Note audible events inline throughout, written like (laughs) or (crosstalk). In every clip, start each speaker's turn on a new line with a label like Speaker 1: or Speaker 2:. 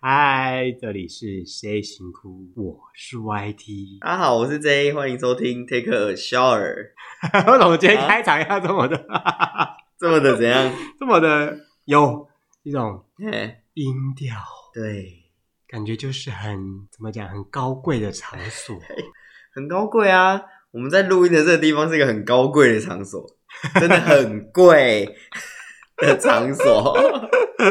Speaker 1: 嗨，这里是谁辛苦？我是 YT。
Speaker 2: 大家好，我是 J，欢迎收听 Take a Shower。
Speaker 1: (laughs) 为什么今天开场要这么的、 (laughs)
Speaker 2: 这么的怎样？
Speaker 1: 这么的有一种
Speaker 2: 嘿
Speaker 1: 音调？
Speaker 2: 对，
Speaker 1: 感觉就是很怎么讲，很高贵的场所。 (laughs)
Speaker 2: 很高贵啊！我们在录音的这个地方是一个很高贵的
Speaker 1: (laughs)
Speaker 2: 场所，真的很贵的场所。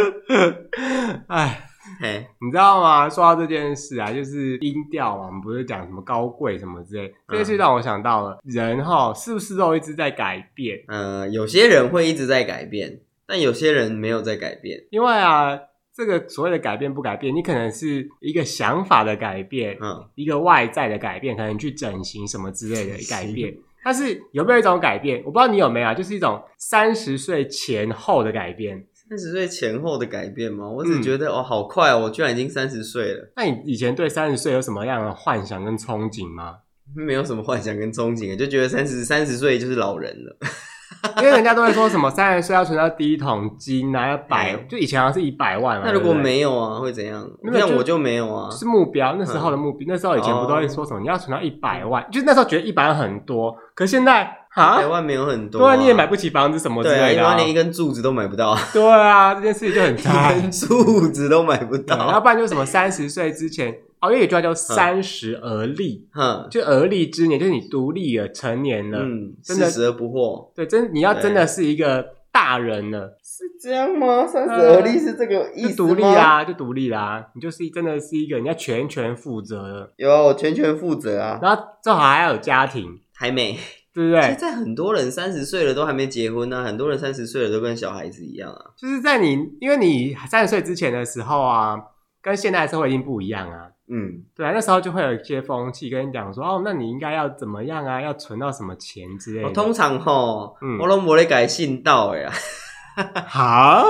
Speaker 2: (laughs)
Speaker 1: 哎，
Speaker 2: 嘿，
Speaker 1: 你知道吗？说到这件事啊，就是音调嘛，我们不是讲什么高贵什么之类，这件事让我想到了，人哈是不是都一直在改变？
Speaker 2: 呃，有些人会一直在改变，但有些人没有在改变。
Speaker 1: 因为啊，这个所谓的改变不改变，你可能是一个想法的改变，
Speaker 2: 嗯，
Speaker 1: 一个外在的改变，可能去整形什么之类的改变。但是有没有一种改变，我不知道你有没有啊，就是一种三十岁前后的改变。
Speaker 2: 三十岁前后的改变吗？我只
Speaker 1: 嗯
Speaker 2: 觉得、哦，好快哦，我居然已经三十岁了，
Speaker 1: 那你以前对三十岁有什么样的幻想跟憧憬吗？
Speaker 2: 没有什么幻想跟憧憬，就觉得三十三十岁就是老人了。
Speaker 1: 因为人家都会说什么三十岁要存到第一桶金啊，要百，
Speaker 2: 嗯
Speaker 1: 就以前好像是一百万嘛。
Speaker 2: 那如果
Speaker 1: 对不对
Speaker 2: 没有啊，会怎样？
Speaker 1: 没有
Speaker 2: 像
Speaker 1: 就
Speaker 2: 我就没有啊。
Speaker 1: 是目标，那时候的目标，那时候以前不都
Speaker 2: 哦
Speaker 1: 会说什么、你要存到一百万，就是那时候觉得一百万很多，可是现在啊
Speaker 2: 台，湾没有很多、
Speaker 1: 对啊，你也买不起房子什么之
Speaker 2: 对啊，
Speaker 1: 类
Speaker 2: 一
Speaker 1: 的、
Speaker 2: 般连一根柱子都买不到，
Speaker 1: 对 (laughs) 啊，这件事情就很
Speaker 2: (laughs)
Speaker 1: 差。
Speaker 2: 一根柱子都买不
Speaker 1: 对要 (laughs)
Speaker 2: 到。
Speaker 1: 不然就是什么三十岁之前，哦，因为有句
Speaker 2: 嗯
Speaker 1: 话叫三十而立，
Speaker 2: 哼，
Speaker 1: 就而立之年，就是你独立了、成年了，
Speaker 2: 嗯，
Speaker 1: 真的
Speaker 2: 四十而不惑
Speaker 1: 对，真你要真的是一个大人了，
Speaker 2: 是这样吗？三
Speaker 1: 十而立
Speaker 2: 是这个
Speaker 1: 就呃独立啊啦，就独立啦，你就是真的是一个你要全权负责了，
Speaker 2: 有啊，我全权负责啊。
Speaker 1: 然后最好还要有家庭，
Speaker 2: 还没，
Speaker 1: 对不对？
Speaker 2: 现在很多人三十岁了都还没结婚呢、啊，很多人三十岁了都跟小孩子一样啊。
Speaker 1: 就是在你因为你三十岁之前的时候啊，跟现在的社会已经不一样啊。
Speaker 2: 嗯，
Speaker 1: 对啊，那时候就会有一些风气跟你讲说，哦，那你应该要怎么样啊，要存到什么钱之类的。
Speaker 2: 我哦通常吼，
Speaker 1: 嗯
Speaker 2: 我都没咧改信道哎呀， (laughs)
Speaker 1: 好，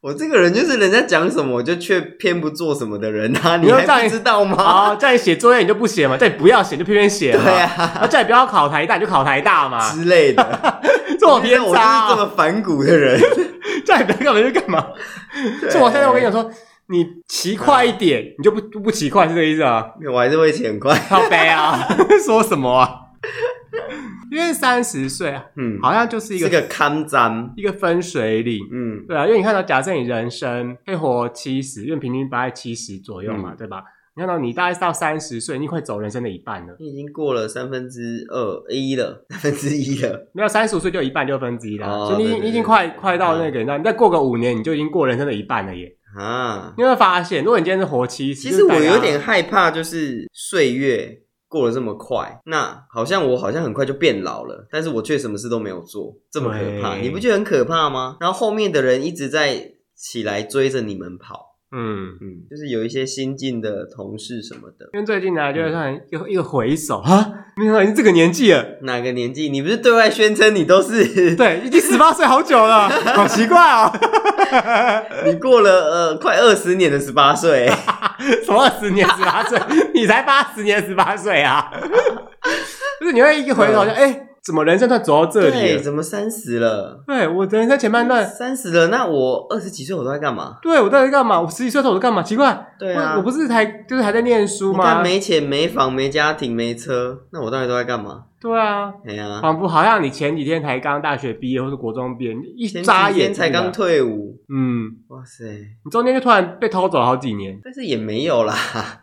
Speaker 2: 我这个人就是人家讲什么我就却偏不做什么的人啊，
Speaker 1: 你
Speaker 2: 你
Speaker 1: 又
Speaker 2: 还
Speaker 1: 这样
Speaker 2: 不知道
Speaker 1: (laughs)
Speaker 2: 吗？
Speaker 1: 好，叫你写作业你就不写嘛，叫你不要写就偏偏写
Speaker 2: 哦对
Speaker 1: 嘛，
Speaker 2: 啊，
Speaker 1: 啊，叫你不要考台大你就考台大嘛，
Speaker 2: 之类的。 (laughs)
Speaker 1: 这种偏
Speaker 2: 我就是
Speaker 1: 差
Speaker 2: 这
Speaker 1: 哦，
Speaker 2: 么反骨的人。
Speaker 1: 叫你不要干嘛就干嘛。所以我现在我跟你讲说，你骑快一点，你就不不骑快是这个意思啊？
Speaker 2: 没有，我还是会钱快。
Speaker 1: 靠背
Speaker 2: (laughs)
Speaker 1: 啊，说什么啊？因为三十岁啊，
Speaker 2: 嗯，
Speaker 1: 好像就是一
Speaker 2: 是
Speaker 1: 个
Speaker 2: 个看展。
Speaker 1: 一个分水岭。
Speaker 2: 嗯
Speaker 1: 对啊，因为你看到，假设你人生可以活七十，因为平均大概七十左右嘛，
Speaker 2: 嗯
Speaker 1: 对吧？你看到你大概到三十岁，你快走人生的一半了，
Speaker 2: 你已经过了三分之二一了， (laughs) 三分之一了。
Speaker 1: 没有三十岁就一半六分之一了，
Speaker 2: 哦
Speaker 1: 所以你已
Speaker 2: 对
Speaker 1: 经你
Speaker 2: 对
Speaker 1: 已经
Speaker 2: 对
Speaker 1: 快
Speaker 2: 对嗯
Speaker 1: 快到那个，那你再过个五年，你就已经过人生的一半了耶。
Speaker 2: 啊，
Speaker 1: 你会发现，如果你今天是活七十，
Speaker 2: 其实我有点害怕，就是岁月过得这么快，那好像我好像很快就变老了，但是我却什么事都没有做，这么可怕，
Speaker 1: 对
Speaker 2: 你不觉得很可怕吗？然后后面的人一直在起来追着你们跑，
Speaker 1: 嗯。
Speaker 2: 嗯，就是有一些新进的同事什么的，
Speaker 1: 因为最近呢，
Speaker 2: 嗯
Speaker 1: 就是算一个一个回首啊， (laughs) 没想到已经这个年纪了，
Speaker 2: 哪个年纪？你不是对外宣称你都是
Speaker 1: 对，已经十八岁好久
Speaker 2: (laughs)
Speaker 1: 了，好奇怪哦，
Speaker 2: 你过了呃快二十年的十八岁，
Speaker 1: 啊什么二十年十八岁？你才八十年十八岁啊！ (laughs) 就是你会一回头就哎、怎么人生段走到这里
Speaker 2: 嗯对，
Speaker 1: 了？
Speaker 2: 怎么三十了？
Speaker 1: 对，我的人生前半段，
Speaker 2: 三十了，那我二十几岁我都在干嘛？
Speaker 1: 对我到底干嘛？我十几岁的时候我在干嘛？奇怪，
Speaker 2: 对啊，
Speaker 1: 我我不是才就是还在念书
Speaker 2: 你
Speaker 1: 吗
Speaker 2: 看？没钱、没房、没家庭、没车，那我到底都在干嘛？
Speaker 1: 对啊，
Speaker 2: 哎呀、
Speaker 1: 仿佛好像你前几天才刚大学毕业或是国中毕业，你啊一
Speaker 2: 前几
Speaker 1: 眨眼
Speaker 2: 天才
Speaker 1: 退，
Speaker 2: 刚退伍，
Speaker 1: 嗯，
Speaker 2: 哇塞！
Speaker 1: 你中间就突然被偷走了好几年。
Speaker 2: 但是也没有啦，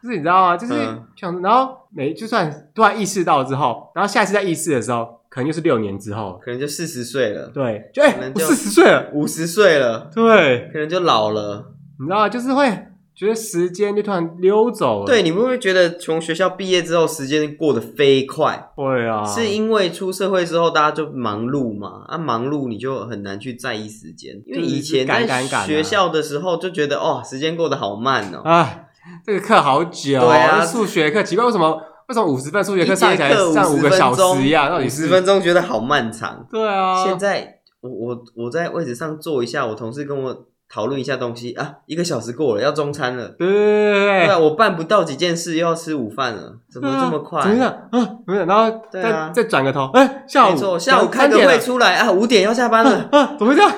Speaker 1: 就是你知道吗？就是
Speaker 2: 嗯
Speaker 1: 想，然后每就算突然意识到之后，然后下一次再意识的时候，可能就是六年之后了。
Speaker 2: 可能就四十岁了，
Speaker 1: 对，就哎、
Speaker 2: 可能
Speaker 1: 我
Speaker 2: 就
Speaker 1: 四十岁了。
Speaker 2: 五十岁了，
Speaker 1: 对，
Speaker 2: 可能就老了。
Speaker 1: 你知道吗？就是会觉得时间就突然溜走了。
Speaker 2: 对，，你会不会觉得从学校毕业之后时间过得飞快？
Speaker 1: 会啊，
Speaker 2: 是因为出社会之后大家就忙碌嘛，啊，忙碌你就很难去在意时间，因为以前
Speaker 1: 就是赶
Speaker 2: 在
Speaker 1: 赶赶啊
Speaker 2: 学校的时候就觉得哦，时间过得好慢哦，
Speaker 1: 啊，这个课好久、哦
Speaker 2: 对啊
Speaker 1: 数学课奇怪，为什么为什么五十分数学课
Speaker 2: 一
Speaker 1: 上
Speaker 2: 节
Speaker 1: 起来
Speaker 2: 课
Speaker 1: 上五
Speaker 2: 50
Speaker 1: 个小
Speaker 2: 分钟
Speaker 1: 时一样？到底
Speaker 2: 五
Speaker 1: 是
Speaker 2: 十分？钟觉得好漫长。
Speaker 1: 对啊，
Speaker 2: 现在我我我在位置上坐一下，我同事跟我讨论一下东西啊，一个小时过了，要中餐了。
Speaker 1: 对对对对对
Speaker 2: 对啊，我办不到几件事，又要吃午饭了，怎么
Speaker 1: 哎对啊
Speaker 2: 这么快？
Speaker 1: 怎么这样啊？怎么这样然后
Speaker 2: 对
Speaker 1: 再、
Speaker 2: 啊
Speaker 1: 再转个头，哎、下午
Speaker 2: 没错，下午
Speaker 1: 两三
Speaker 2: 开个
Speaker 1: 点
Speaker 2: 会啊
Speaker 1: 了
Speaker 2: 出来啊，五点要下班了。 (laughs)
Speaker 1: 啊，怎么会这样？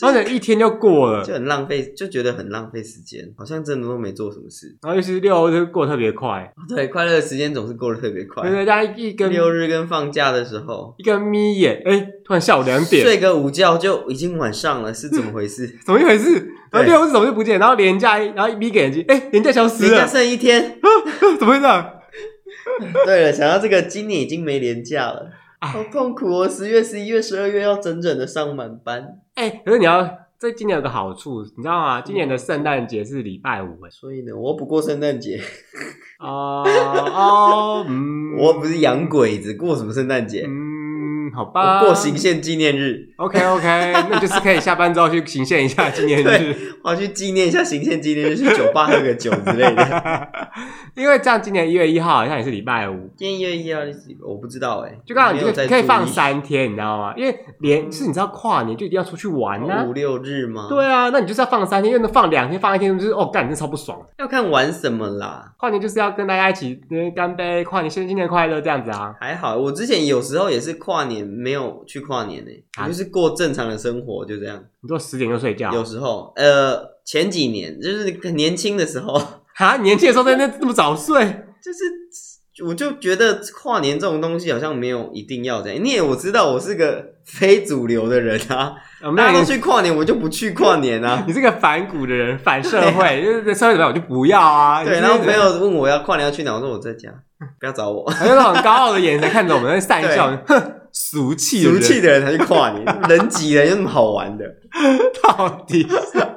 Speaker 1: 然后一天就过 (laughs) 了，
Speaker 2: 就很浪费，就觉得很浪费时间，好像真的都没做什么事。
Speaker 1: 然后就是六日过得特别快，
Speaker 2: 哦对，快乐的时间总是过得特别快
Speaker 1: 对。对，大家一根
Speaker 2: 六日跟放假的时候，
Speaker 1: 一个眯眼，哎，突然下午两点，
Speaker 2: 睡个午觉就已经晚上了，是怎么
Speaker 1: (laughs)
Speaker 2: 回事？
Speaker 1: 怎么一回事？然后
Speaker 2: 对
Speaker 1: 六日怎么就不见？然后连假，然后一眯个眼睛，哎，连假消失
Speaker 2: 人家
Speaker 1: 了，
Speaker 2: 剩一天。 (laughs)
Speaker 1: (laughs) 怎么会这样？
Speaker 2: 对了，想到这个，今年已经没年假了，
Speaker 1: 哎
Speaker 2: 好痛苦哦！十月、十一月、十二月要整整的上满班，
Speaker 1: 哎，可是你要，这今年有个好处，你知道吗？今年的圣诞节是礼拜五，哎，
Speaker 2: 所以呢，我不过圣诞节， (laughs)
Speaker 1: 哦哦，嗯，
Speaker 2: 我不是洋鬼子，过什么圣诞节？
Speaker 1: 嗯，好吧，
Speaker 2: 我过行宪纪念日，
Speaker 1: OK OK，那 (laughs) 就是可以下班之后去行宪一
Speaker 2: (laughs)
Speaker 1: 下纪念日，
Speaker 2: 我要去纪念一下行宪纪念日，去酒吧喝个酒之类的。
Speaker 1: 因为这样今年一月一号好像也是礼拜五，
Speaker 2: 今天一月一号是几个？我不知道哎、
Speaker 1: 就刚好你
Speaker 2: 没有
Speaker 1: 就
Speaker 2: 在
Speaker 1: 可以
Speaker 2: 注
Speaker 1: 放
Speaker 2: 意
Speaker 1: 三天，你知道吗？因为连是你知道跨年就一定要出去玩呐、
Speaker 2: 五六日吗？，
Speaker 1: 啊对啊，那你就是要放三天，因为能放两天放一天就是哦，干真超不爽。
Speaker 2: 要看玩什么啦。
Speaker 1: 跨年就是要跟大家一起呃干杯，跨年新新年快乐这样子啊。
Speaker 2: 还好，我之前有时候也是跨年没有去跨年呢、
Speaker 1: 啊啊
Speaker 2: 我就是过正常的生活，就这样。
Speaker 1: 你说十点就睡觉，
Speaker 2: 有时候，呃，前几年就是年轻的时候， (laughs)
Speaker 1: 啊？你年轻的时候在那那么早睡，
Speaker 2: 就是我就觉得跨年这种东西好像没有一定要这样。你也我知道我是个非主流的人啊，
Speaker 1: 啊、 (laughs) 没
Speaker 2: 大
Speaker 1: 有
Speaker 2: 家都
Speaker 1: 你，
Speaker 2: 去跨年，我就不去跨年啊。
Speaker 1: 你是个反骨的人，反社会，就是社会怎么样我就不要啊。
Speaker 2: 对，
Speaker 1: 你
Speaker 2: 然后
Speaker 1: 是
Speaker 2: 朋友问我要跨年要去哪，我说我在家，不要找我。
Speaker 1: 他用那种高傲的眼神看着我们，在讪笑，哼，俗气，
Speaker 2: 俗气，的人才去跨
Speaker 1: (laughs)
Speaker 2: 年，人挤人有什么好玩的？
Speaker 1: 到底是。 (laughs)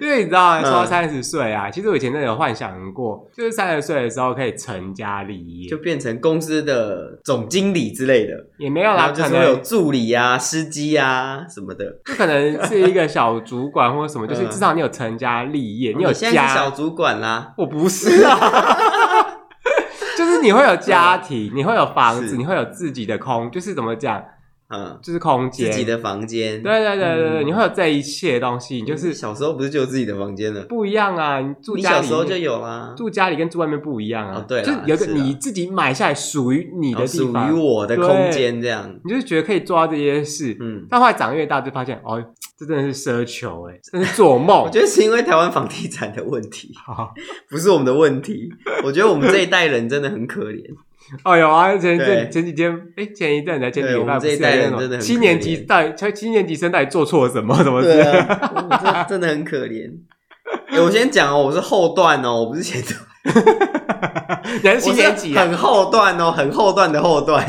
Speaker 1: 因为你知道，
Speaker 2: 嗯
Speaker 1: 说到三十岁啊，其实我以前真的有幻想过，就是三十岁的时候可以成家立业，
Speaker 2: 就变成公司的总经理之类的，
Speaker 1: 也没有
Speaker 2: 然
Speaker 1: 啦，
Speaker 2: 后啊就
Speaker 1: 可
Speaker 2: 是会有
Speaker 1: 能
Speaker 2: 助理啊、司机啊什么的。
Speaker 1: 就可能是一个小主管或什
Speaker 2: (laughs)
Speaker 1: 么，就是
Speaker 2: 嗯哦
Speaker 1: 至少你有成家立业，你有
Speaker 2: 现在是
Speaker 1: 家，
Speaker 2: 小主管啦，
Speaker 1: 我不 (laughs) 是
Speaker 2: (laughs)
Speaker 1: 啊。就是你会有家庭，你会有房子，
Speaker 2: 嗯是
Speaker 1: 你会有自己的空，就是怎么讲，
Speaker 2: 嗯，
Speaker 1: 就是空
Speaker 2: 自
Speaker 1: 间。
Speaker 2: 己的房间。
Speaker 1: 对，对对对对，
Speaker 2: 嗯
Speaker 1: 你会有这一切东西，你就是
Speaker 2: 小时候不是就有自己的房间了？
Speaker 1: 不一样啊！你住
Speaker 2: 你
Speaker 1: 家里
Speaker 2: 小时候就有啊啦，
Speaker 1: 住家里跟住外面不一样啊。
Speaker 2: 哦对啦
Speaker 1: 就是有一个
Speaker 2: 是啦
Speaker 1: 你自己买下来属于你
Speaker 2: 然
Speaker 1: 的
Speaker 2: 后
Speaker 1: 地
Speaker 2: 属
Speaker 1: 方，
Speaker 2: 于我的空间这样。
Speaker 1: 你就是觉得可以做到这些事。
Speaker 2: 嗯，
Speaker 1: 但后来长越大，就发现哦，这真的是奢求哎、真是做梦
Speaker 2: (laughs) 我。觉得是因为台湾房地产的问题，
Speaker 1: 好，
Speaker 2: 不是我们的问题。我觉得我们这一代人真的很可怜。
Speaker 1: 哦有啊，前阵
Speaker 2: 对
Speaker 1: 前几天，哎、前一阵才前几
Speaker 2: 对
Speaker 1: 礼
Speaker 2: 我
Speaker 1: 拜
Speaker 2: 们
Speaker 1: 不
Speaker 2: 这一
Speaker 1: 是
Speaker 2: 代
Speaker 1: 有那
Speaker 2: 人
Speaker 1: 种
Speaker 2: 真的很
Speaker 1: 七
Speaker 2: 可
Speaker 1: 年级
Speaker 2: 怜
Speaker 1: 到底七年级生到底做错了什么什么之类
Speaker 2: 对
Speaker 1: 的？
Speaker 2: 啊，我真的真的很可怜。哎、我先讲哦，我是后段哦，我不是前
Speaker 1: (laughs)
Speaker 2: 段，
Speaker 1: 你还是七年级
Speaker 2: 我是
Speaker 1: 啊？
Speaker 2: 很后段哦，很后段的
Speaker 1: (laughs)
Speaker 2: 后段。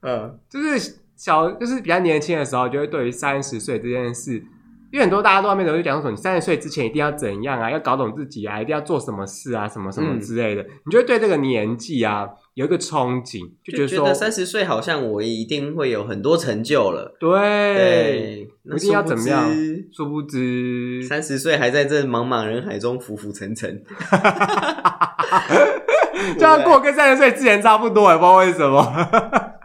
Speaker 2: 嗯，
Speaker 1: 就是小，就是比较年轻的时候，就会对于三十岁这件事，因为很多大家都外面都会讲说，你三十岁之前一定要怎样啊，要搞懂自己啊，一定要做什么事啊，什么什么
Speaker 2: 嗯
Speaker 1: 之类的，你就会对这个年纪啊有一个憧憬，就觉
Speaker 2: 就
Speaker 1: 得
Speaker 2: 觉
Speaker 1: 说，
Speaker 2: 得三十岁好像我一定会有很多成就了。
Speaker 1: 对，
Speaker 2: 对，
Speaker 1: 我一定要怎么样殊不知，
Speaker 2: 三十岁还在这茫茫人海中浮浮沉沉，
Speaker 1: 就要过跟三十岁之前差不多，也不知道为什么。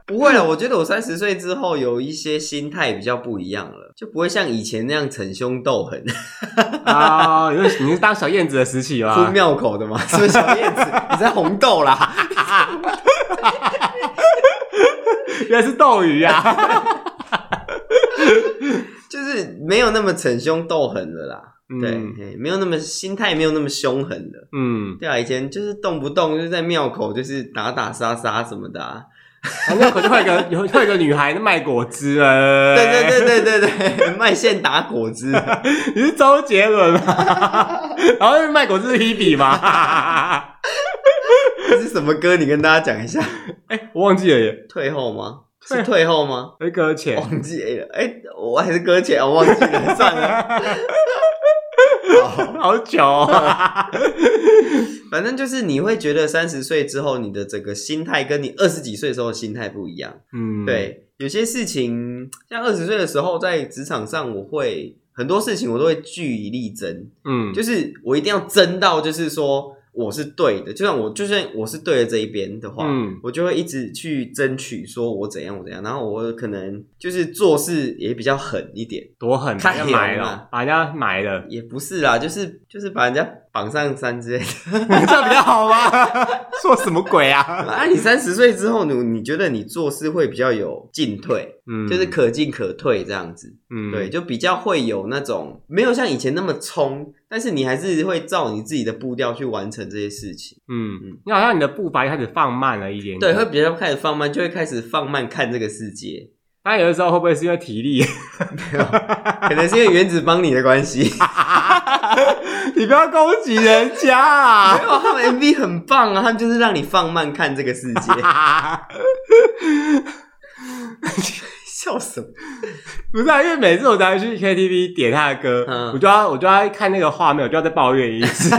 Speaker 2: 不会了，我觉得我三十岁之后有一些心态比较不一样了，就不会像以前那样逞凶斗狠、
Speaker 1: 啊，你是你是当小燕子的时期
Speaker 2: (laughs) 出
Speaker 1: 吗？
Speaker 2: 庙口的嘛。是不是小燕子？你在红豆啦？
Speaker 1: 原来是斗鱼啊！
Speaker 2: 就是没有那么逞凶斗狠了啦。 (laughs) 对，
Speaker 1: 嗯
Speaker 2: 嘿没有那么心态，没有那么凶狠了。
Speaker 1: 嗯，
Speaker 2: 对啊，以前就是动不动就是在庙口就是打打杀杀什么的、啊。
Speaker 1: 然后那可就会有一个有会有一个女孩卖果汁了，
Speaker 2: 对对对对对对，卖线打果汁，
Speaker 1: (laughs) 你是周杰伦吗？ (laughs) 然后卖果汁是 Hebe 吗？ (laughs)
Speaker 2: 这是什么歌？你跟大家讲一下。
Speaker 1: 哎、我忘记了耶，
Speaker 2: 退后吗？
Speaker 1: 退
Speaker 2: 是退后吗？
Speaker 1: 那搁浅。
Speaker 2: 忘记了，哎、我还是搁浅，我忘记了，算了。好
Speaker 1: 好久、
Speaker 2: (laughs)
Speaker 1: 哦，
Speaker 2: 反正就是你会觉得三十岁之后，你的整个心态跟你二十几岁的时候的心态不一样。
Speaker 1: 嗯，，
Speaker 2: 对，有些事情像二十岁的时候，在职场上，我会很多事情我都会据以力争，
Speaker 1: 嗯，
Speaker 2: 就是我一定要争到，就是说我是对的，就算我就算我是对的这一边的话，
Speaker 1: 嗯
Speaker 2: 我就会一直去争取，说我怎样我怎样，然后我可能就是做事也比较狠一点，
Speaker 1: 多狠，把
Speaker 2: 太
Speaker 1: 人
Speaker 2: 狠
Speaker 1: 家埋
Speaker 2: 了，
Speaker 1: 了，啊把人家埋了
Speaker 2: (laughs) 也不是啦，就是就是把人家绑上山之类的。 (laughs)
Speaker 1: 这样比较好吗？ (laughs) 说什么鬼啊？
Speaker 2: 啊，你三十岁之后，你你觉得你做事会比较有进退，
Speaker 1: 嗯，
Speaker 2: 就是可进可退这样子，
Speaker 1: 嗯，
Speaker 2: 对，，就比较会有那种没有像以前那么冲，但是你还是会照你自己的步调去完成这些事情。嗯
Speaker 1: 嗯，你好像你的步伐也开始放慢了一点点。
Speaker 2: 对，会比较开始放慢，就会开始放慢看这个世界，
Speaker 1: 那有的时候会不会是因为体力？ (laughs)
Speaker 2: 可能是因为原子帮你的关系。
Speaker 1: 你不要攻击人家
Speaker 2: 没
Speaker 1: 啊！ (laughs)
Speaker 2: 有，他们 MV 很棒啊，他们就是让你放慢看这个世界。笑什么？
Speaker 1: 不是、啊，因为每次我只要去 KTV 点他的歌，
Speaker 2: 嗯
Speaker 1: 我就要我就要看那个画面，我就要再抱怨一
Speaker 2: (laughs)
Speaker 1: 次。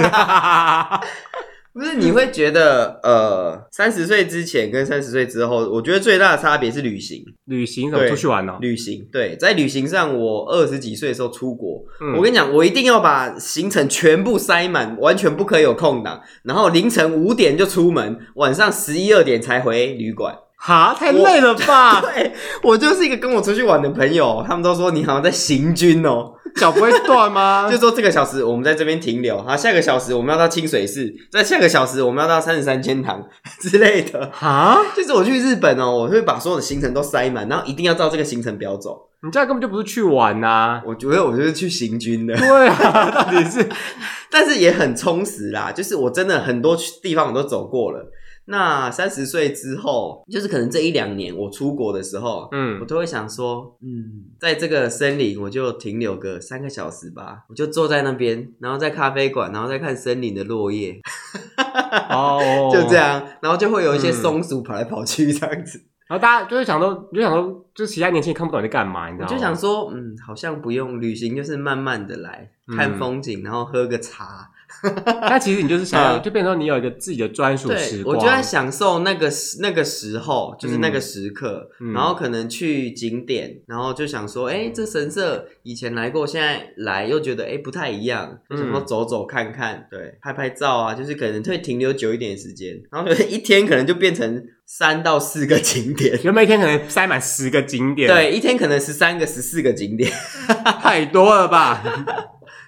Speaker 2: 不是你会觉得，呃，三十岁之前跟三十岁之后，我觉得最大的差别是旅行。
Speaker 1: 旅行怎么
Speaker 2: 对
Speaker 1: 出去玩哦？
Speaker 2: 旅行，对，在旅行上，我二十几岁的时候出国，
Speaker 1: 嗯
Speaker 2: 我跟你讲，我一定要把行程全部塞满，完全不可以有空档，然后凌晨五点就出门，晚上十一二点才回旅馆。
Speaker 1: 哈，太累了吧？
Speaker 2: 对我就是一个跟我出去玩的朋友，他们都说你好像在行军哦，
Speaker 1: 脚不会断吗？
Speaker 2: (laughs) 就说这个小时我们在这边停留，好，下个小时我们要到清水寺，在下个小时我们要到三十三间堂 (laughs) 之类的。
Speaker 1: 哈，
Speaker 2: 就是我去日本哦，我会把所有的行程都塞满，然后一定要照这个行程表走。
Speaker 1: 你这样根本就不是去玩呐、
Speaker 2: 我觉得我就是去行军的，
Speaker 1: 对啊， (laughs) 到底
Speaker 2: (laughs)
Speaker 1: 是
Speaker 2: 但是也很充实啦。就是我真的很多地方我都走过了。那三十岁之后，就是可能这一两年我出国的时候，我
Speaker 1: 嗯
Speaker 2: 都会想说，嗯，在这个森林我就停留个三个小时吧，我就坐在那边，然后在咖啡馆，然后再看森林的落叶，
Speaker 1: 哦，
Speaker 2: (laughs) 就这。样，然后就会有一些
Speaker 1: 嗯
Speaker 2: 松鼠跑来跑去这样 (laughs) 子。
Speaker 1: 然后大家就会想说，你就想说，就其他年轻人看不懂你在干嘛，你知道
Speaker 2: 我
Speaker 1: 吗？
Speaker 2: 就想说，嗯，好像不用旅行，就是慢慢的来
Speaker 1: 嗯
Speaker 2: 看风景，然后喝个茶。
Speaker 1: 但其实你就是想要，
Speaker 2: 嗯
Speaker 1: 就变成说你有一个自己的专属时
Speaker 2: 对，我
Speaker 1: 光。
Speaker 2: 就在享受那个时那个时候，就是那个时刻。
Speaker 1: 嗯
Speaker 2: 然后可能去景点，然后就想说，哎、这神社以前来过，现在来又觉得哎、诶不太一样，就想说
Speaker 1: 嗯
Speaker 2: 走走看看，对，拍拍照啊，就是可能会停留久一点时间，然后可能一天可能就变成三到四个景点。
Speaker 1: 原本一天可能塞满十个景点，，
Speaker 2: 对，一天可能十三个、十四个景点，
Speaker 1: (laughs)
Speaker 2: (laughs)
Speaker 1: 太多了吧？ (laughs)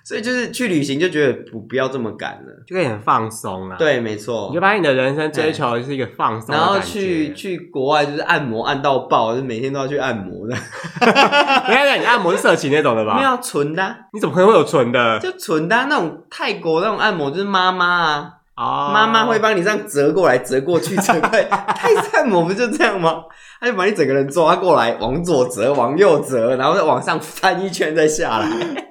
Speaker 2: 所以就是去旅行就觉得不不要这么赶了。
Speaker 1: 就可以很放松啊。，
Speaker 2: 对，没
Speaker 1: 你
Speaker 2: 错
Speaker 1: 就。发现你的人生追求是一个放松的
Speaker 2: 哎然
Speaker 1: 感觉，
Speaker 2: 后去去国外就是按摩按到爆，就是每天都要去按摩的，
Speaker 1: 你看看你按摩是色情那种的
Speaker 2: 没
Speaker 1: 吧？
Speaker 2: 有纯的啊、
Speaker 1: 你怎么可能会有纯的？
Speaker 2: 就纯的啊、那种泰国那种按摩，就是妈妈啊，
Speaker 1: 哦
Speaker 2: 妈妈会帮你这样折过来、折过去、折
Speaker 1: (laughs)
Speaker 2: 过来。泰式按摩不就这样吗？他就把你整个人抓过来，往左折，往右折，然后再往上翻一圈再下来，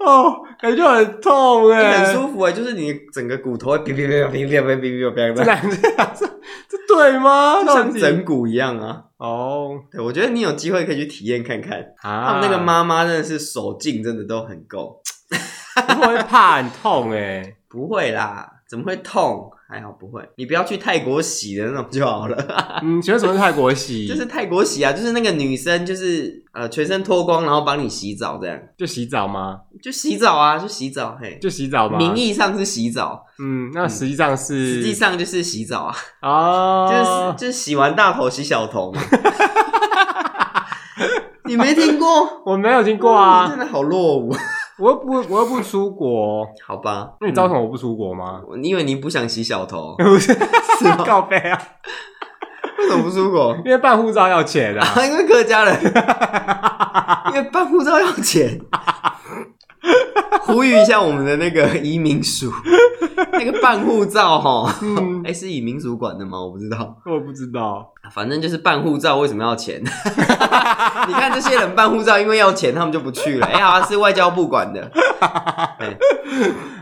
Speaker 1: 哦，感觉很痛哎，
Speaker 2: 很舒服哎、就是你整个骨头会哔哔哔哔哔哔哔哔
Speaker 1: 这
Speaker 2: 哔，
Speaker 1: 两这这这对吗？
Speaker 2: 就
Speaker 1: 到
Speaker 2: 像
Speaker 1: 底
Speaker 2: 整骨一样啊。
Speaker 1: 哦
Speaker 2: 对，我觉得你有机会可以去体验看看。他
Speaker 1: 啊
Speaker 2: 们那个，妈妈真的是手劲真的都很够，
Speaker 1: 我会怕很痛哎。
Speaker 2: 不会啦，怎么会痛？还好不会，你不要去泰国洗的那种就好了。
Speaker 1: 嗯，请问什么是泰国洗？
Speaker 2: 就是泰国洗啊，就是那个女生就是呃全身脱光，然后帮你洗澡这样，
Speaker 1: 就洗澡吗？
Speaker 2: 就洗澡啊，就洗澡嘿。
Speaker 1: 就洗澡吗？
Speaker 2: 名义上是洗澡，
Speaker 1: 嗯，那实际上是
Speaker 2: 实际上就是洗澡啊，
Speaker 1: 哦，
Speaker 2: 就是就是洗完大头洗小头嘛。 (laughs) 你没听
Speaker 1: (laughs)
Speaker 2: 过？
Speaker 1: 我没有听过啊
Speaker 2: 你，真的好落伍。 (laughs)
Speaker 1: 我又不我又不出国，
Speaker 2: 好吧，
Speaker 1: 那你知道为什么我不出国吗？，
Speaker 2: 嗯因为你不想洗小头
Speaker 1: (laughs)
Speaker 2: (laughs)
Speaker 1: 不是，
Speaker 2: 是吗？
Speaker 1: 告白啊，
Speaker 2: 为什么不出国？
Speaker 1: 因为办护照要钱的、
Speaker 2: (laughs)
Speaker 1: 啊。
Speaker 2: 啊，因为客家人，因为办护照要钱。呼吁一下我们的那个移民署，那个办护照哈，
Speaker 1: 嗯
Speaker 2: 哎、，是移民署管的吗？我不知道，
Speaker 1: 我不知道，
Speaker 2: 反正就是办护照为什么要钱？ (laughs) 你看这些人办护照，因为要钱，他们就不去了。哎、好像是外交部管的，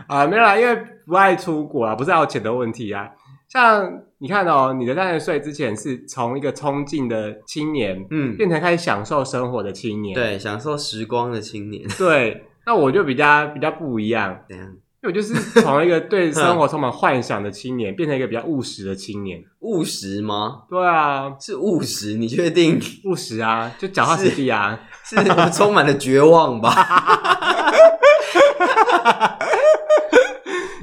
Speaker 1: 啊，没有啦，因为不爱出国啊，不是要钱的问题啊。像你看哦，你的三十岁之前是从一个冲劲的青年，
Speaker 2: 嗯，
Speaker 1: 变成开始享受生活的青年。
Speaker 2: 对，享受时光的青年，
Speaker 1: 对，那我就比较比较不一样，
Speaker 2: 怎样
Speaker 1: 因为我就是从一个对生活充满幻想的青年，变成一个比较务实的青年。
Speaker 2: 务实吗？
Speaker 1: 对啊，
Speaker 2: 是务实？你确定
Speaker 1: 务实啊，就脚踏实地啊。
Speaker 2: 是我充满了绝望吧？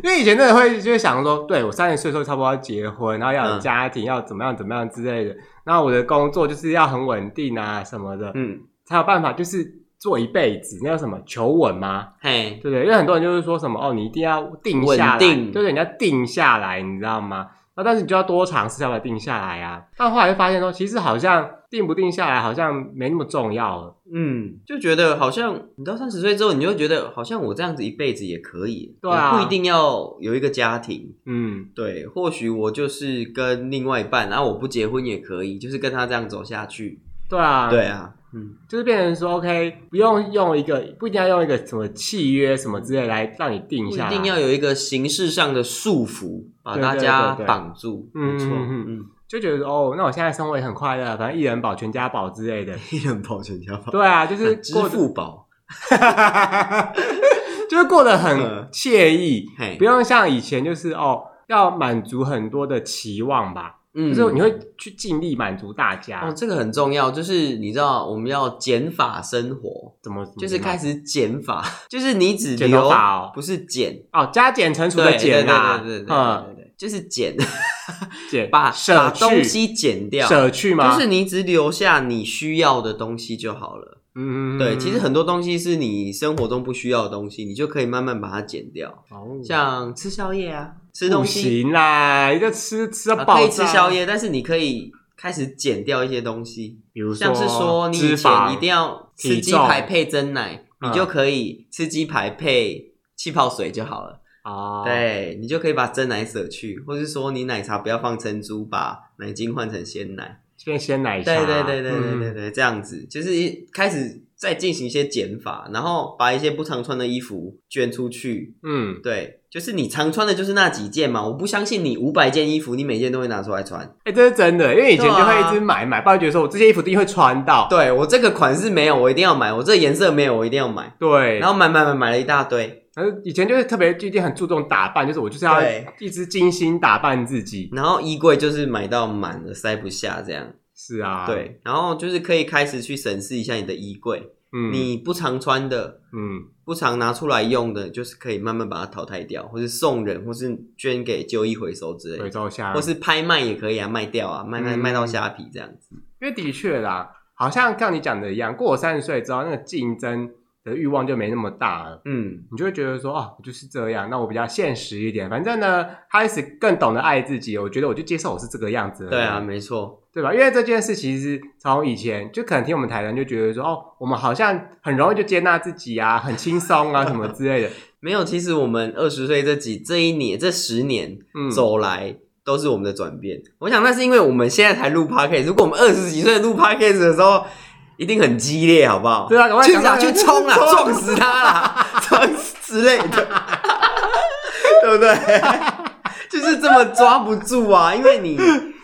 Speaker 1: 因为以以前真的会就是想说，对我三十岁的时候差不多要结婚，然后
Speaker 2: 嗯
Speaker 1: 要有家庭，要怎么样怎么样之类的。那我的工作就是要很稳定啊什么的，
Speaker 2: 嗯，
Speaker 1: 才有办法就是做一辈子。那叫什么求稳吗？
Speaker 2: 嘿，
Speaker 1: 对不对？因为很多人就是说什么哦，你一定要定下来，
Speaker 2: 稳定
Speaker 1: 对不对？你要定下来，你知道吗？那但是你就要多尝试，要把它定下来啊。但后来就发现说，其实好像定不定下来，好像没那么重要了。
Speaker 2: 嗯，就觉得好像你到三十岁之后，你就会觉得好像我这样子一辈子也可以，
Speaker 1: 对啊
Speaker 2: 我不一定要有一个家庭，
Speaker 1: 嗯，
Speaker 2: 对，或许我就是跟另外一半，然后我不结婚也可以，就是跟他这样走下去，
Speaker 1: 对啊，
Speaker 2: 对啊，嗯，
Speaker 1: 就是变成说，OK，不用用一个，不一定要用一个什么契约什么之类来让你定
Speaker 2: 不一
Speaker 1: 下来，
Speaker 2: 定要有一个形式上的束缚把
Speaker 1: 对
Speaker 2: 大
Speaker 1: 对
Speaker 2: 家
Speaker 1: 对对
Speaker 2: 绑住，
Speaker 1: 嗯
Speaker 2: 没错，
Speaker 1: 嗯嗯 (laughs)
Speaker 2: 嗯，
Speaker 1: 就觉得哦，那我现在生活也很快乐，反正一人保全家保之类的。
Speaker 2: 一人保全家保，
Speaker 1: 对啊，就是
Speaker 2: 嗯支
Speaker 1: 过得， (laughs)
Speaker 2: 付宝，
Speaker 1: 就是过得很
Speaker 2: 嗯
Speaker 1: 惬意，
Speaker 2: 嘿
Speaker 1: 不，用像以前就是哦，要满足很多的期望吧，
Speaker 2: 嗯
Speaker 1: 就是你会去尽力满足大家。
Speaker 2: 哦，这个很重要，就是你知道我们要减法生活，
Speaker 1: 怎么
Speaker 2: 就是开
Speaker 1: 看
Speaker 2: 始减法，就是你只
Speaker 1: 嗯剪
Speaker 2: 留
Speaker 1: 头发哦
Speaker 2: 不是减，
Speaker 1: 哦，加减乘除
Speaker 2: 对
Speaker 1: 的减啦，
Speaker 2: 对对对对
Speaker 1: 嗯，
Speaker 2: 对对对，就是减，
Speaker 1: 减
Speaker 2: 把
Speaker 1: (laughs)
Speaker 2: 把
Speaker 1: 舍
Speaker 2: 东
Speaker 1: 去
Speaker 2: 西减掉，
Speaker 1: 舍去吗？
Speaker 2: 就是你只留下你需要的东西就好了。
Speaker 1: 嗯，嗯嗯
Speaker 2: 对，
Speaker 1: 嗯
Speaker 2: 其实很多东西是你生活中不需要的东西，你就可以慢慢把它减掉，
Speaker 1: 哦
Speaker 2: 像吃宵夜啊，吃东
Speaker 1: 不
Speaker 2: 西
Speaker 1: 行啦，你就吃吃到
Speaker 2: 啊
Speaker 1: 爆炸。
Speaker 2: 可以吃宵，夜，但是你可以开始减掉一些东西。
Speaker 1: 比如
Speaker 2: 像是说你以
Speaker 1: 脂
Speaker 2: 前
Speaker 1: 肪
Speaker 2: 一定要吃鸡排配蒸奶，
Speaker 1: 嗯
Speaker 2: 你就可以吃鸡排配气泡水就好了。
Speaker 1: 哦，，
Speaker 2: 对，你就可以把蒸奶舍去，或是说你奶茶不要放珍珠，把奶精换成鲜奶。
Speaker 1: 这边鲜奶茶，
Speaker 2: 对对对对对对
Speaker 1: 嗯，
Speaker 2: 对，这样子就是一开始再进行一些减法，然后把一些不常穿的衣服捐出去。
Speaker 1: 嗯，
Speaker 2: 对，就是你常穿的就是那几件嘛，我不相信你五百件衣服，你每件都会拿出来穿。
Speaker 1: 哎，这是真的，因为以前
Speaker 2: 对啊
Speaker 1: 就会一直买买，不然觉得说我这些衣服一定会穿到，
Speaker 2: 对我这个款式没有，我一定要买；我这个颜色没有，我一定要买。
Speaker 1: 对，
Speaker 2: 然后买买买买了一大堆，
Speaker 1: 然后以前就是特别就一定很注重打扮，就是我就是要
Speaker 2: 对
Speaker 1: 一直精心打扮自己，
Speaker 2: 然后衣柜就是买到满了，塞不下这样。
Speaker 1: 是啊，，
Speaker 2: 对，然后就是可以开始去审视一下你的衣柜，
Speaker 1: 嗯，
Speaker 2: 你不常穿的、
Speaker 1: 嗯，
Speaker 2: 不常拿出来用的，就是可以慢慢把它淘汰掉，或是送人，或是捐给旧衣回收之类
Speaker 1: 回
Speaker 2: 的，
Speaker 1: 收箱
Speaker 2: 或，是拍卖也可以啊，卖掉啊，卖卖
Speaker 1: 嗯
Speaker 2: 卖到虾皮这样子。
Speaker 1: 因为的确啦，好像像你讲的一样，过我三十岁之后，那个竞争的欲望就没那么大了。
Speaker 2: 嗯，
Speaker 1: 你就会觉得说，哦，我就是这样。那我比较现实一点，反正呢，开始更懂得爱自己。我觉得我就接受我是这个样子了，
Speaker 2: 对啊，，没错，
Speaker 1: 对吧？因为这件事其实从以前就可能听我们台人就觉得说，哦，我们好像很容易就接纳自己啊，很轻松啊，什么之类的。
Speaker 2: 没有。其实我们二十岁这几这一年这十年
Speaker 1: 嗯，
Speaker 2: 走来。都是我们的转变，我想那是因为我们现在才录 podcast。如果我们二十几岁录 podcast 的时候，一定很激烈，好不好？
Speaker 1: 对啊，赶快
Speaker 2: 去
Speaker 1: 想
Speaker 2: 啊，
Speaker 1: 想
Speaker 2: 去冲啊，撞死他啦，撞死之类的， (laughs) 对不对？就是这么抓不住啊，因为你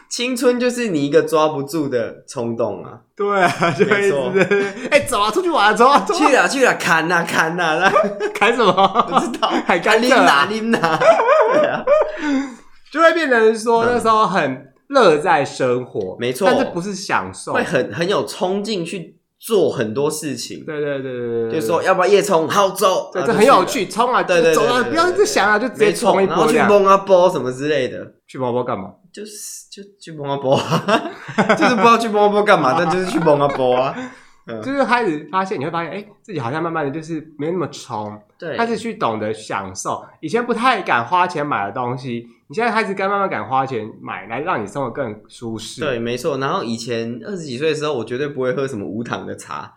Speaker 2: 青春就是你一个抓不住的冲动啊，
Speaker 1: 对啊，就会
Speaker 2: 没错
Speaker 1: 是，哎、走啊，出去玩啊，走啊，走啊，
Speaker 2: 去啦去啦，砍呐砍呐，啦，
Speaker 1: 砍什
Speaker 2: 不
Speaker 1: 么？
Speaker 2: 知 (laughs) 道，
Speaker 1: 还干
Speaker 2: 拎
Speaker 1: 这
Speaker 2: 呐
Speaker 1: 啊
Speaker 2: 拎呐，对啊，
Speaker 1: (laughs) 就会变成说
Speaker 2: 嗯
Speaker 1: 那时候很乐在生活，
Speaker 2: 没错
Speaker 1: 但是不是享受？
Speaker 2: 会
Speaker 1: 对
Speaker 2: 很很有冲劲去做很多事情，
Speaker 1: 对对对对对，
Speaker 2: 就是说要不要夜冲，好走，
Speaker 1: 对，
Speaker 2: 啊
Speaker 1: 这
Speaker 2: 就
Speaker 1: 很
Speaker 2: 去
Speaker 1: 有
Speaker 2: 了
Speaker 1: 趣，冲啊！
Speaker 2: 对对对
Speaker 1: 走
Speaker 2: 对
Speaker 1: 啊！
Speaker 2: 对
Speaker 1: 不要一直想啊，就直接
Speaker 2: 没错，
Speaker 1: 冲一
Speaker 2: 然后
Speaker 1: 波
Speaker 2: 去
Speaker 1: 量。
Speaker 2: 蹦啊波什么之类的。
Speaker 1: 去包包干嘛？
Speaker 2: 就是就去蒙阿波啊， (laughs) 就是
Speaker 1: (laughs)
Speaker 2: 不知道去蒙阿波干嘛，但就是去蒙阿波啊。
Speaker 1: 就是开始发现，你会发现，哎，自己好像慢慢的就是没那么冲，
Speaker 2: 对
Speaker 1: 开始去懂得享受。以前不太敢花钱买的东西，你现在开始该慢慢敢花钱买，来让你生活更舒适。
Speaker 2: 对，没错。然后以前二十几岁的时候，我绝对不会喝什么无糖的
Speaker 1: (laughs)
Speaker 2: 茶，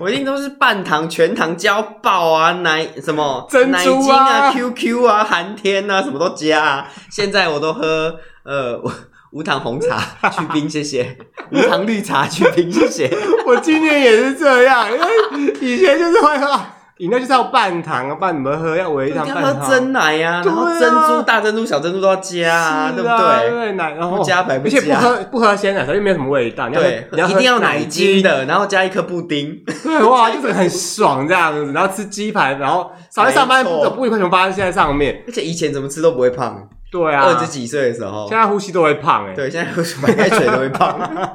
Speaker 2: 我一定都是半糖、全糖加爆啊，奶什么
Speaker 1: 珍珠啊
Speaker 2: 奶精啊、QQ 啊、寒天啊，什么都加、啊。现在我都喝呃无无糖红茶去冰，谢谢；无糖绿茶去冰，谢谢。
Speaker 1: 我今年也是这样，因为以前就是会喝饮料，就是要半糖啊，半怎么喝，要微
Speaker 2: 一定
Speaker 1: 糖
Speaker 2: 要
Speaker 1: 半
Speaker 2: 喝
Speaker 1: 糖，
Speaker 2: 真奶啊，然后
Speaker 1: 对啊
Speaker 2: 珍珠、大珍珠、小珍珠都要加、啊，对
Speaker 1: 是
Speaker 2: 不
Speaker 1: 啊
Speaker 2: 对？
Speaker 1: 对，奶然后
Speaker 2: 不加白不
Speaker 1: 而且不
Speaker 2: 加
Speaker 1: 喝不喝鲜奶茶又没有什么味道，你要喝
Speaker 2: 对，
Speaker 1: 你要
Speaker 2: 一
Speaker 1: 喝
Speaker 2: 定要
Speaker 1: 奶
Speaker 2: 奶精的，然后加一颗布 (laughs) 丁。
Speaker 1: 对哇，就是很爽这样子，然后吃鸡排，然后早上上班
Speaker 2: 没
Speaker 1: 不
Speaker 2: 错
Speaker 1: 得不一块全发现在上面，
Speaker 2: 而且以前怎么吃都不会胖，
Speaker 1: 对啊，
Speaker 2: 二十几岁的时候
Speaker 1: 现，在呼吸都会胖哎、欸，
Speaker 2: 对，现在喝白开水都会胖。 (laughs)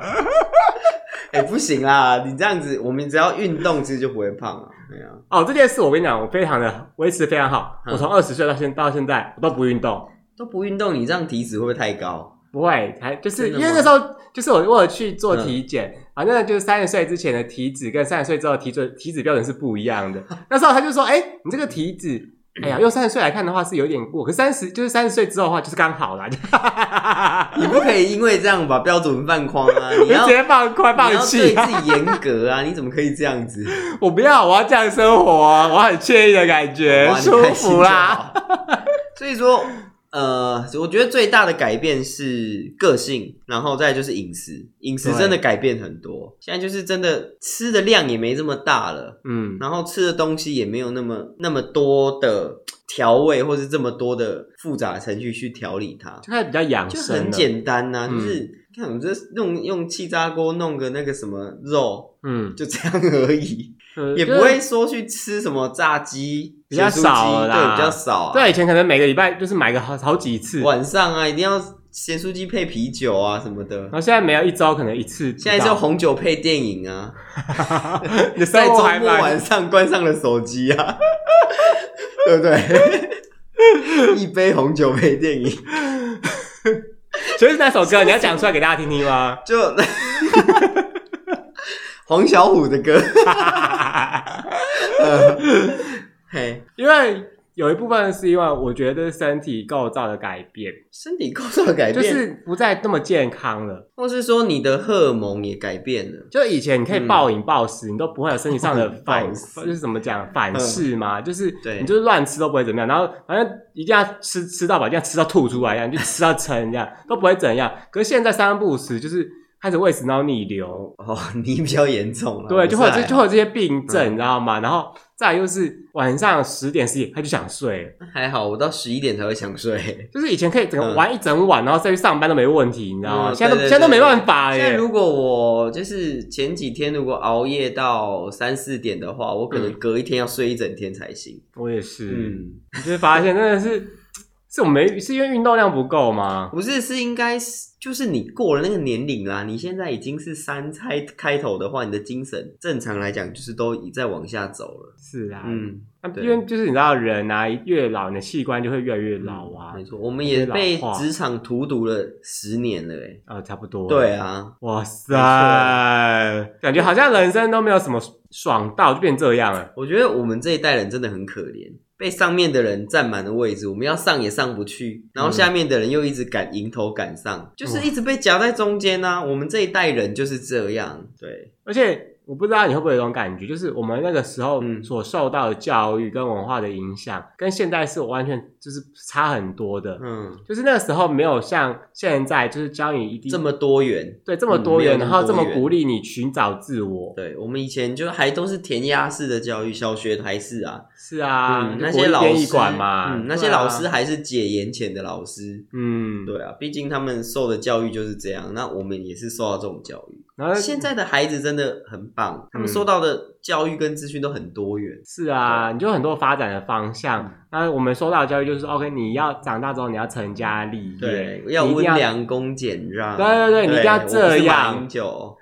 Speaker 2: 哎、不行啦，你这样子，我们只要运动，其实就不会胖了。对啊，
Speaker 1: 哦，这件事我跟你讲，我非常的维持得非常好。
Speaker 2: 嗯
Speaker 1: 我从二十岁到现到现在，我都不运动，
Speaker 2: 都不运动，你这样体脂会不会太高？ (laughs)
Speaker 1: 不会，还就是
Speaker 2: 真的
Speaker 1: 因
Speaker 2: 吗嗯
Speaker 1: 为那时候就是我我有去做体检，反正、就是三十岁之前的体脂跟三十岁之后的体准体脂标准是不一样的。 (laughs) 那时候他就说，哎、你这个体脂。哎呀，用三十岁来看的话是有点过，可三十就是三十岁之后的话就是刚好啦，就
Speaker 2: 你不可以因为这样把标准放宽啊！你要
Speaker 1: 直接放快
Speaker 2: 你
Speaker 1: 放
Speaker 2: 要
Speaker 1: 弃
Speaker 2: 对。自己严格啊！你怎么可以这样子？
Speaker 1: 我不要，我要这样生活，我很惬意的感觉，
Speaker 2: 哇你
Speaker 1: 舒
Speaker 2: 开心
Speaker 1: 服
Speaker 2: 就
Speaker 1: 啦。
Speaker 2: 好。 (laughs) 所以说，呃，我觉得最大的改变是个性，然后再就是饮食，饮食
Speaker 1: 对
Speaker 2: 真的改变很多。现在就是真的吃的量也没这么大了，
Speaker 1: 嗯，
Speaker 2: 然后吃的东西也没有那么那么多的调味，或是这么多的复杂程序去调理它，
Speaker 1: 就开始比较养
Speaker 2: 就
Speaker 1: 生了。
Speaker 2: 很简单呐、
Speaker 1: 嗯
Speaker 2: 就是。看我们这用用气炸锅弄个那个什么肉，
Speaker 1: 嗯，
Speaker 2: 就这样而已。
Speaker 1: 呃
Speaker 2: 也
Speaker 1: 就
Speaker 2: 不
Speaker 1: 是
Speaker 2: 会说去吃什么炸鸡、
Speaker 1: 比较
Speaker 2: 咸酥鸡
Speaker 1: 少了啦
Speaker 2: 对，比较少、啊。，
Speaker 1: 对，以前可能每个礼拜就是买个好好几次，然
Speaker 2: 晚上啊，一定要咸酥鸡配啤酒啊什么的。
Speaker 1: 后现在没有一周可能一次不到，
Speaker 2: 现在就红酒配电影
Speaker 1: (laughs)
Speaker 2: 啊，
Speaker 1: 你的
Speaker 2: 在
Speaker 1: 生活
Speaker 2: 周末
Speaker 1: 还蛮
Speaker 2: 晚上关上了手机啊， (laughs) 对不对？ (laughs) 一杯红酒配电影，
Speaker 1: (laughs) 就是那首歌，你要讲出来给大家听听
Speaker 2: (laughs)
Speaker 1: 吗？
Speaker 2: 就黄小琥的歌，呃嘿，
Speaker 1: 因为有一部分是因为我觉得身体构造的改变，
Speaker 2: 身体构造改
Speaker 1: 就
Speaker 2: 变，
Speaker 1: 是不再那么健康了。
Speaker 2: 或是说你的荷尔蒙也改变了。
Speaker 1: 就以前你可以暴饮暴食，你都不会有身体上的
Speaker 2: 嗯 (laughs) 暴
Speaker 1: 反，
Speaker 2: 饮暴嗯食
Speaker 1: 就是怎么讲反噬嘛，就是
Speaker 2: 对
Speaker 1: 你就是乱吃都不会怎么样，然后反正一定要吃吃到饱，一定要吃到吐出
Speaker 2: (laughs)
Speaker 1: 来一样，就吃到撑这样都不会怎样。可是现在三不五时就是开始胃食道逆流，
Speaker 2: 哦，你比较严重了，
Speaker 1: 对，就会有这就会
Speaker 2: 会
Speaker 1: 有这些病症，
Speaker 2: 啊嗯
Speaker 1: 你知道吗？然后再来就是晚上十点十点他就想睡了，
Speaker 2: 还好，我到十一点才会
Speaker 1: (laughs)
Speaker 2: 想睡。
Speaker 1: 就是以前可以整个
Speaker 2: 嗯
Speaker 1: 玩一整晚，然后再去上班都没问题，你知道吗？
Speaker 2: 嗯
Speaker 1: 现在都
Speaker 2: 对对
Speaker 1: 现在都没
Speaker 2: 对
Speaker 1: 办法
Speaker 2: 现在
Speaker 1: 耶。
Speaker 2: 如果我就是前几天如果熬夜到三四点的话，我可能隔一天要睡一整天才行。
Speaker 1: 我也是，
Speaker 2: 嗯，
Speaker 1: 你就会发现真的是。是我没是因为运动量不够吗？
Speaker 2: 不是，是应该是就是你过了那个年龄啦，你现在已经是三开开头的话，你的精神正常来讲就是都已在往下走了。
Speaker 1: 是啊，
Speaker 2: 嗯，
Speaker 1: 那
Speaker 2: 对
Speaker 1: 因为就是你知道人啊，越老你的器官就会越来越老啊，
Speaker 2: 嗯没错，我们也
Speaker 1: 老
Speaker 2: 被
Speaker 1: 化
Speaker 2: 职场荼毒了十年了、欸，
Speaker 1: 啊、差不多。
Speaker 2: 对，啊，
Speaker 1: 哇塞
Speaker 2: 没，
Speaker 1: 感觉好像人生都没有什么爽到，就变这样了。
Speaker 2: 我觉得我们这一代人真的很可怜，被上面的人占满了位置，我们要上也上不去，
Speaker 1: 嗯
Speaker 2: 然后下面的人又一直赶迎头赶上，
Speaker 1: 哦
Speaker 2: 就是一直被夹在中间呐、我们这一代人就是这样，对，
Speaker 1: 而且我不知道你会不会有一种感觉，就是我们那个时候
Speaker 2: 嗯
Speaker 1: 所受到的教育跟文化的影响，跟现在是完全就是差很多的。
Speaker 2: 嗯，
Speaker 1: 就是那个时候没有像现在，就是教你一定
Speaker 2: 这么多元，
Speaker 1: 对这么多元，
Speaker 2: 嗯没有那
Speaker 1: 然
Speaker 2: 么
Speaker 1: 后这么
Speaker 2: 多元
Speaker 1: 鼓励你寻找自我。
Speaker 2: 对我们以前就还都是填鸭式的教育，小学还是啊，
Speaker 1: 是啊，
Speaker 2: 嗯，
Speaker 1: 就
Speaker 2: 那
Speaker 1: 国
Speaker 2: 些
Speaker 1: 立
Speaker 2: 老
Speaker 1: 编译
Speaker 2: 师
Speaker 1: 馆嘛，
Speaker 2: 嗯，那些
Speaker 1: 对啊
Speaker 2: 老师，还是解严前的老师。
Speaker 1: 嗯，
Speaker 2: 对啊，毕竟他们受的教育就是这样，那我们也是受到这种教育。
Speaker 1: 然后
Speaker 2: 现在的孩子真的很棒，他
Speaker 1: 嗯
Speaker 2: 们受到的教育跟资讯都很多元。
Speaker 1: 是啊，你就有很多发展的方
Speaker 2: 嗯
Speaker 1: 向。那我们收到的教育就是，OK，你要长大之后你要成家立业，
Speaker 2: 对，
Speaker 1: 你一定
Speaker 2: 要
Speaker 1: 要
Speaker 2: 温。良恭俭让。
Speaker 1: 对对对你一定要这样
Speaker 2: 我不是马英九，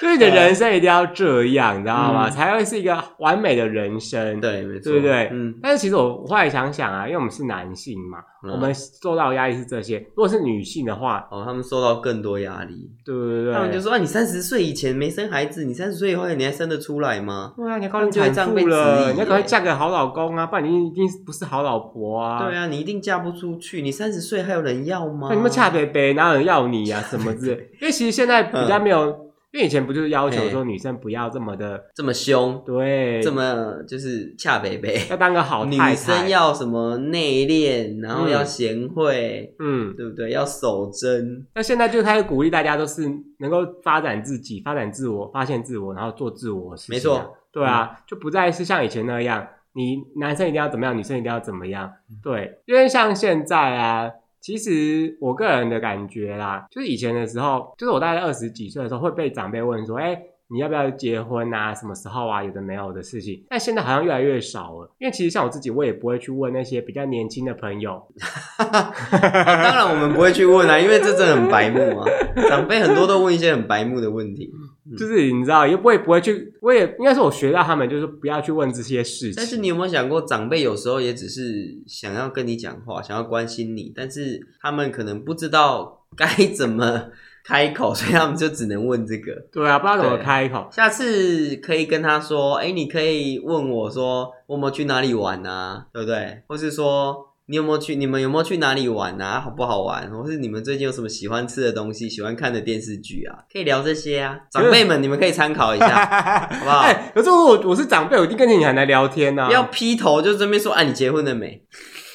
Speaker 1: 就是你的人生一定要这样，你知道吗？
Speaker 2: 嗯
Speaker 1: 才会是一个完美的人生。。
Speaker 2: 对，没错，
Speaker 1: 对不对
Speaker 2: 嗯，
Speaker 1: 但是其实我后来想想啊，因为我们是男性嘛，我们受到的压力是这些。如果是女性的话，
Speaker 2: 哦，他们受到更多压力，
Speaker 1: 对对对，
Speaker 2: 他们就说啊，你三十岁以前没生孩子，你三十岁以后你还生得出来吗？
Speaker 1: 对啊，你要高龄产妇了，你要赶快嫁个好老公啊，不然你一定不是好老婆啊。
Speaker 2: 对啊，你一定嫁不出去，你三十岁还有人要吗？
Speaker 1: 那你们恰北北哪有人要你啊？什么之类？因为其实现在比
Speaker 2: 嗯
Speaker 1: 较没有，因为以前不就是要求说女生不要这么的
Speaker 2: 这么凶，
Speaker 1: 对，
Speaker 2: 这么就是恰北北，
Speaker 1: 要当个好
Speaker 2: 女
Speaker 1: 太太
Speaker 2: 生要什么内敛，然后
Speaker 1: 嗯
Speaker 2: 要贤惠，
Speaker 1: 嗯。
Speaker 2: 对不对？要守贞，
Speaker 1: 那现在就开始鼓励大家都是能够发展自己、发展自我、发现自我，然后做自我的事情啊
Speaker 2: 没错，嗯
Speaker 1: 对啊，就不再是像以前那样，你男生一定要怎么样，女生一定要怎么样。
Speaker 2: 嗯
Speaker 1: 对，因为像现在啊，其实我个人的感觉啦，就是以前的时候，就是我大概二十几岁的时候，会被长辈问说：“哎、你要不要结婚啊？什么时候啊？有的没有的事情。”但现在好像越来越少了，因为其实像我自己，我也不会去问那些比较年轻的朋友。
Speaker 2: (laughs) 当然，我们不会去问啊，因为这真的很白目啊。长辈很多都问一些很白目的问题。
Speaker 1: 就是你知道，也不会不会去，我也应该是我学到他们，就是不要去问这些事情。
Speaker 2: 但是你有没有想过，长辈有时候也只是想要跟你讲话，想要关心你，但是他们可能不知道该怎么开口，所以他们就只能问这个。
Speaker 1: 对啊，不知道怎么
Speaker 2: 对
Speaker 1: 开口。
Speaker 2: 下次可以跟他说，哎、你可以问我说，我有没有去哪里玩啊？对不对？或是说。你有没有去？你们有没有去哪里玩啊？好不好玩？或是你们最近有什么喜欢吃的东西、喜欢看的电视剧啊？可以聊这些啊，长辈们，你们可以参考一下。
Speaker 1: 好
Speaker 2: 不好
Speaker 1: 哎，可是我我是长辈，我一定跟你很难聊天呐、
Speaker 2: 不要劈头就这边说，哎、你结婚了没？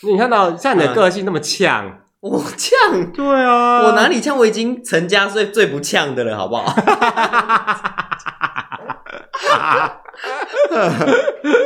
Speaker 1: 你看到像你
Speaker 2: 嗯
Speaker 1: 的个性那么呛，
Speaker 2: 我呛，
Speaker 1: 对啊
Speaker 2: 我哪里呛？我已经成家最最不呛的了，好不好？ (laughs)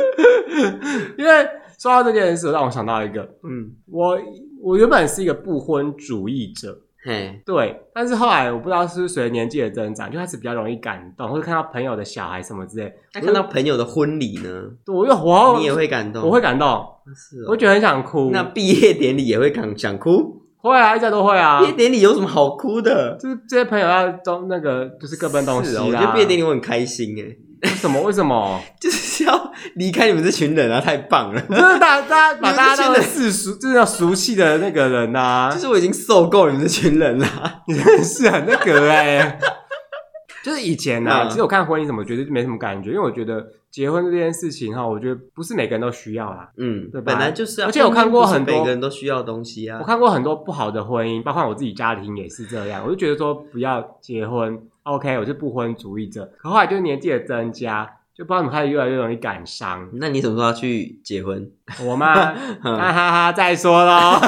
Speaker 1: 因为说到这件事，让我想到一个，
Speaker 2: 嗯，
Speaker 1: 我我原本是一个不婚主义者，
Speaker 2: 嘿，
Speaker 1: 对，但是后来我不知道是不是随着年纪的增长，就开始比较容易感动，或者看到朋友的小孩什么之类，
Speaker 2: 那看到朋友的婚礼呢，
Speaker 1: 我又我
Speaker 2: 你也会感动，
Speaker 1: 哦我会感动，
Speaker 2: 是、
Speaker 1: 我
Speaker 2: 哦。
Speaker 1: 觉得很想哭。
Speaker 2: 那毕业典礼也会感想哭，
Speaker 1: 会啊，一家都会啊
Speaker 2: 毕，业典礼有什么好哭的？
Speaker 1: 就是这些朋友要都那个就是各奔东西
Speaker 2: 是
Speaker 1: 啦。
Speaker 2: 哦，我觉得毕业典礼我很开心哎，
Speaker 1: 为什么？为什么？
Speaker 2: (laughs) 就是要离开你们这群人啊，太棒了！ (laughs)
Speaker 1: 就是大大家把大家当
Speaker 2: 你们这群人
Speaker 1: 成世俗，就是要俗气的那个人呐、
Speaker 2: 就是我已经受够你们这群人啦。
Speaker 1: 你真的是很那个哎、就是以前呢、啊，
Speaker 2: 嗯
Speaker 1: 其实我看婚姻怎么觉得没什么感觉，因为我觉得结婚这件事情哈，我觉得不是每个人都需要啦。
Speaker 2: (laughs) 嗯，
Speaker 1: 对吧
Speaker 2: 本来就是啊，
Speaker 1: 而且我看过很多
Speaker 2: 婚姻不是每个人都需要的东西啊
Speaker 1: 我。看过很多不好的婚姻，包括我自己家庭也是这样，我就觉得说不要结婚，OK，我是不婚主义者。可后来就年纪的增加，就不知道怎么开始越来越容易感伤。
Speaker 2: 那你什么时候要去结婚？ (laughs)
Speaker 1: 我妈，哈哈哈，再说喽，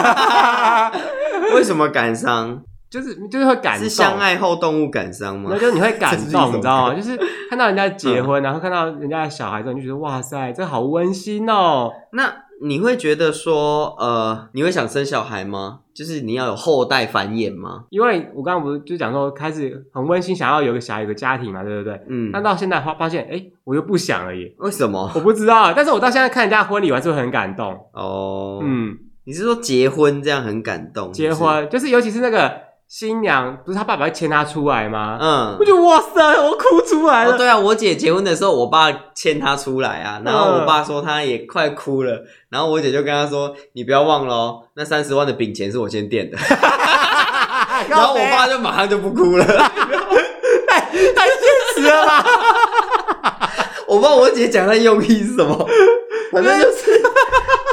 Speaker 2: 为什么感伤？
Speaker 1: 就是就是会感动，
Speaker 2: 是相爱后动物感伤吗
Speaker 1: 那？就是你会感
Speaker 2: 这是一
Speaker 1: 动，
Speaker 2: 种
Speaker 1: 你知道吗？就是看到人家结婚，然后看到人家的小孩之后，你就觉得哇塞，这好温馨哦。
Speaker 2: 那你会觉得说，呃，你会想生小孩吗？就是你要有后代繁衍吗？
Speaker 1: 因为我刚刚不是就讲说，开始很温馨，想要有一个小孩，有个家庭嘛，对不对？
Speaker 2: 嗯，
Speaker 1: 但到现在发发现，哎，我又不想而已，
Speaker 2: 为什么？
Speaker 1: 我不知道。但是我到现在看人家婚礼，我还是会很感动。
Speaker 2: 哦，
Speaker 1: 嗯，
Speaker 2: 你是说结婚这样很感动？
Speaker 1: 结
Speaker 2: 是
Speaker 1: 婚就是尤其是那个新娘，不是她爸爸会牵她出来
Speaker 2: 不
Speaker 1: 吗？
Speaker 2: 是，嗯
Speaker 1: 我。就哇塞，我哭出来
Speaker 2: 哦，
Speaker 1: 了。
Speaker 2: 对啊，我姐结婚的时候，我爸牵她出来啊，然后
Speaker 1: 嗯
Speaker 2: 我爸说他也快哭了，然后我姐就跟他说：“你不要忘了哦，那三十万的饼钱是我先垫的。”
Speaker 1: 啊
Speaker 2: 然后我爸就马上就不哭了。
Speaker 1: 太现实了吧？
Speaker 2: 我不知道我姐讲的用意是什么，反正就是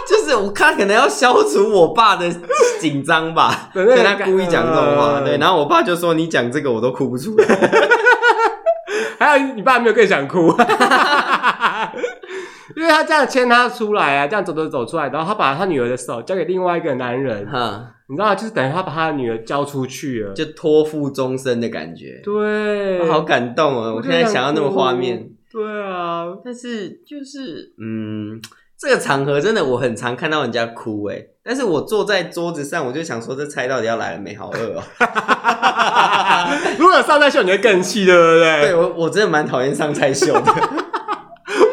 Speaker 2: 就是我看可能要消除我爸的紧张吧，
Speaker 1: (laughs) 对那
Speaker 2: 跟
Speaker 1: 个
Speaker 2: 他故意讲这种话。
Speaker 1: 嗯
Speaker 2: 对，然后我爸就说你讲这个我都哭不出来。
Speaker 1: (laughs) 还有你爸没有更想哭， (laughs) 因为他这样牵他出来啊，这样走走走出来，然后他把他女儿的手交给另外一个男人，
Speaker 2: 哈，
Speaker 1: 你知道吗，就是等于他把他女儿交出去了。
Speaker 2: 就托付终身的感觉，
Speaker 1: 对，
Speaker 2: 好感动哦！我
Speaker 1: 就
Speaker 2: 现在想到那个画
Speaker 1: 想
Speaker 2: 面
Speaker 1: 哭，。对啊，
Speaker 2: 但是就是嗯，这个场合真的我很常看到人家哭诶、但是我坐在桌子上，我就想说这菜到底要来了没？好饿哦。 (laughs)
Speaker 1: 如果有上菜秀，你会更气，对不
Speaker 2: 对
Speaker 1: 对？
Speaker 2: 我我真的蛮讨厌上菜秀 (laughs) 的。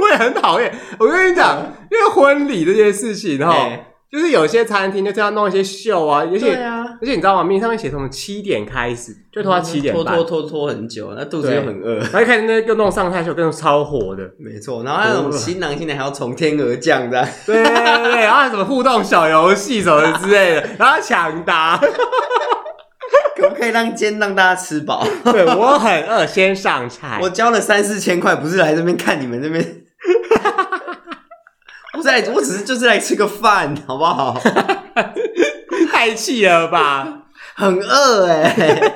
Speaker 1: 我也很讨厌。我跟你讲，因为婚礼这件事情哈，
Speaker 2: 哎
Speaker 1: 就是有些餐厅就是要弄一些秀啊，而且、
Speaker 2: 啊，
Speaker 1: 而且你知道吗？面上面写什么七点开始，就拖到七点
Speaker 2: 拖
Speaker 1: 半，
Speaker 2: 嗯拖拖拖很久，那肚子又很饿。
Speaker 1: 然后一开始那个弄上菜秀，跟超火的，
Speaker 2: 没错，然后那
Speaker 1: 哦
Speaker 2: 种新郎新娘还要从天而降的，
Speaker 1: 对对对，对然后什么互动小游戏什么之类的，然后抢答。
Speaker 2: 可不可以让先让大家吃饱？
Speaker 1: 对我很饿，先上菜。
Speaker 2: 我交了三四千块，不是来这边看你们
Speaker 1: (laughs)
Speaker 2: 这边，我是来，我只是就是来吃个饭，好不好？
Speaker 1: 太气了吧！
Speaker 2: 很饿哎、
Speaker 1: (laughs)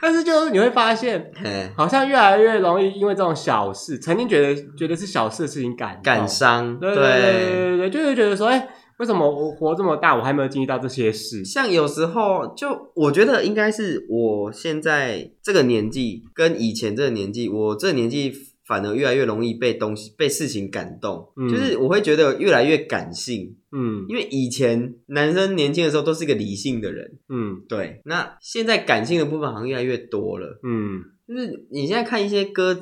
Speaker 1: 但是就是你会发现，
Speaker 2: 嘿
Speaker 1: 好像越来越容易因为这种小事，曾经觉得觉得是小事的事情感动
Speaker 2: 感伤，
Speaker 1: 对对对对对，就是觉得说，哎、为什么我活这么大，我还没有经历到这些事？
Speaker 2: 像有时候就我觉得应该是我现在这个年纪跟以前这个年纪，我这个年纪反而越来越容易被东西被事情感动，
Speaker 1: 嗯
Speaker 2: 就是我会觉得越来越感性，
Speaker 1: 嗯
Speaker 2: 因为以前男生年轻的时候都是一个理性的人，
Speaker 1: 嗯
Speaker 2: 对，那现在感性的部分好像越来越多了，
Speaker 1: 嗯，
Speaker 2: 就是你现在看一些歌。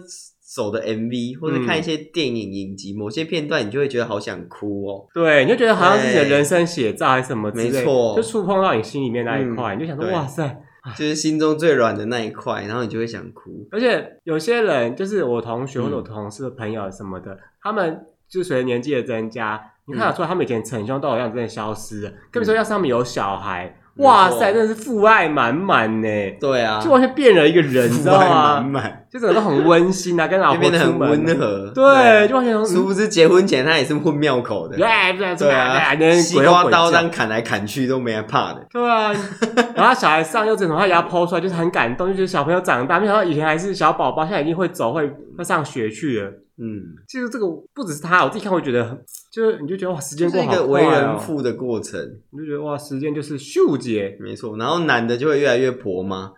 Speaker 2: 手的 MV 或者看
Speaker 1: 嗯
Speaker 2: 一些电影影集，某些片段你就会觉得好想哭哦。
Speaker 1: 对，你就觉得好像是你的
Speaker 2: 对
Speaker 1: 人生写照还是什么之类的，
Speaker 2: 没错
Speaker 1: 就触碰到你心里面那一
Speaker 2: 嗯
Speaker 1: 块，你就想说，
Speaker 2: 对
Speaker 1: 哇塞，
Speaker 2: 就是心中最软的那一块，然后你就会想哭。
Speaker 1: 而且有些人，就是我同学或
Speaker 2: 嗯
Speaker 1: 者我同事、朋友什么的，他们就随着年纪的增加，你
Speaker 2: 嗯
Speaker 1: 看得出来，他们以前逞凶斗狠样真的消失了。更别说要是他们有小孩，
Speaker 2: 没
Speaker 1: 哇
Speaker 2: 错
Speaker 1: 塞，真的是父爱满满呢，
Speaker 2: 对啊，
Speaker 1: 就完全变了一个人，你知道
Speaker 2: 父爱满
Speaker 1: 吗？
Speaker 2: 满，
Speaker 1: 就整个都很温馨啊，跟老
Speaker 2: 就
Speaker 1: 婆
Speaker 2: 变得
Speaker 1: 出
Speaker 2: 很
Speaker 1: 门，
Speaker 2: 温和。啊
Speaker 1: 对，，就完全
Speaker 2: 殊
Speaker 1: 从
Speaker 2: 不知结婚前他也是混庙口的，
Speaker 1: 哎，对
Speaker 2: 对
Speaker 1: 啊
Speaker 2: 啊，西
Speaker 1: 鬼
Speaker 2: 瓜
Speaker 1: 吼鬼
Speaker 2: 刀这
Speaker 1: 叫
Speaker 2: 样砍来砍去都没人怕的。
Speaker 1: 对
Speaker 2: (laughs)
Speaker 1: 啊，然后他小孩上幼稚园，他也要剖出来，就是很感动，就觉得小朋友长大，没想到以前还是小宝宝，现在已经会走，会会上学去了。
Speaker 2: 嗯，
Speaker 1: 其实这个不只是他，我自己看会觉得很，就是你就觉得哇，时
Speaker 2: 就
Speaker 1: 间过
Speaker 2: 是一
Speaker 1: 好快、
Speaker 2: 个
Speaker 1: 哦、
Speaker 2: 为人父的过程，
Speaker 1: 你就觉得哇，时间就是咻节
Speaker 2: (laughs) 。没错。然后男的就会越来越婆妈。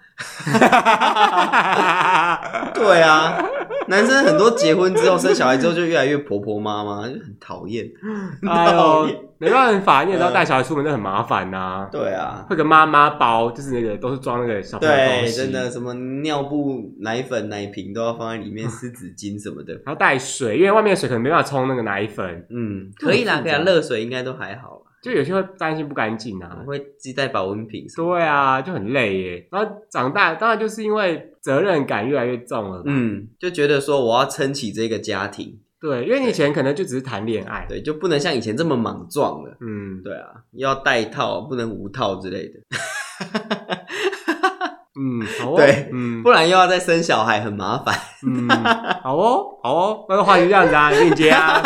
Speaker 2: (laughs) 对啊，男生很多结婚之后生小孩之后就越来越婆婆妈妈，就很讨厌。 (laughs)
Speaker 1: 哎
Speaker 2: 讨厌。
Speaker 1: 呦，没办法，你也知道带小孩出门都很麻烦呐、
Speaker 2: 对啊，
Speaker 1: 会个妈妈包，就是那个都是装那个小朋友的东
Speaker 2: 对，
Speaker 1: 西，
Speaker 2: 真的，什么尿布、奶粉、奶瓶都要放在里面，湿纸巾什么的。 (laughs)
Speaker 1: 然后带水，因为外面的水可能没办法冲那个奶粉，
Speaker 2: 嗯，可以啦，
Speaker 1: 这
Speaker 2: 可
Speaker 1: 么复杂
Speaker 2: 以啦，热水应该都还好啦。
Speaker 1: 就有些会担心不干净啊。
Speaker 2: 我会自带保温瓶。
Speaker 1: 对，啊，就很累耶。然后长大，当然就是因为责任感越来越重了。嗯，
Speaker 2: 嗯，就觉得说我要撑起这个家庭，
Speaker 1: 对，因为你以前可能就只是谈恋爱，
Speaker 2: 对，就不能像以前这么莽撞了。
Speaker 1: 嗯，
Speaker 2: 对啊，要带套，不能无套之类的， (laughs)
Speaker 1: 嗯，好哦，
Speaker 2: 对
Speaker 1: 嗯
Speaker 2: 不然又要再生小孩，很麻烦。 (laughs)
Speaker 1: 嗯，好哦，好哦，那个话题就这样子啊，链接
Speaker 2: (laughs)
Speaker 1: 啊。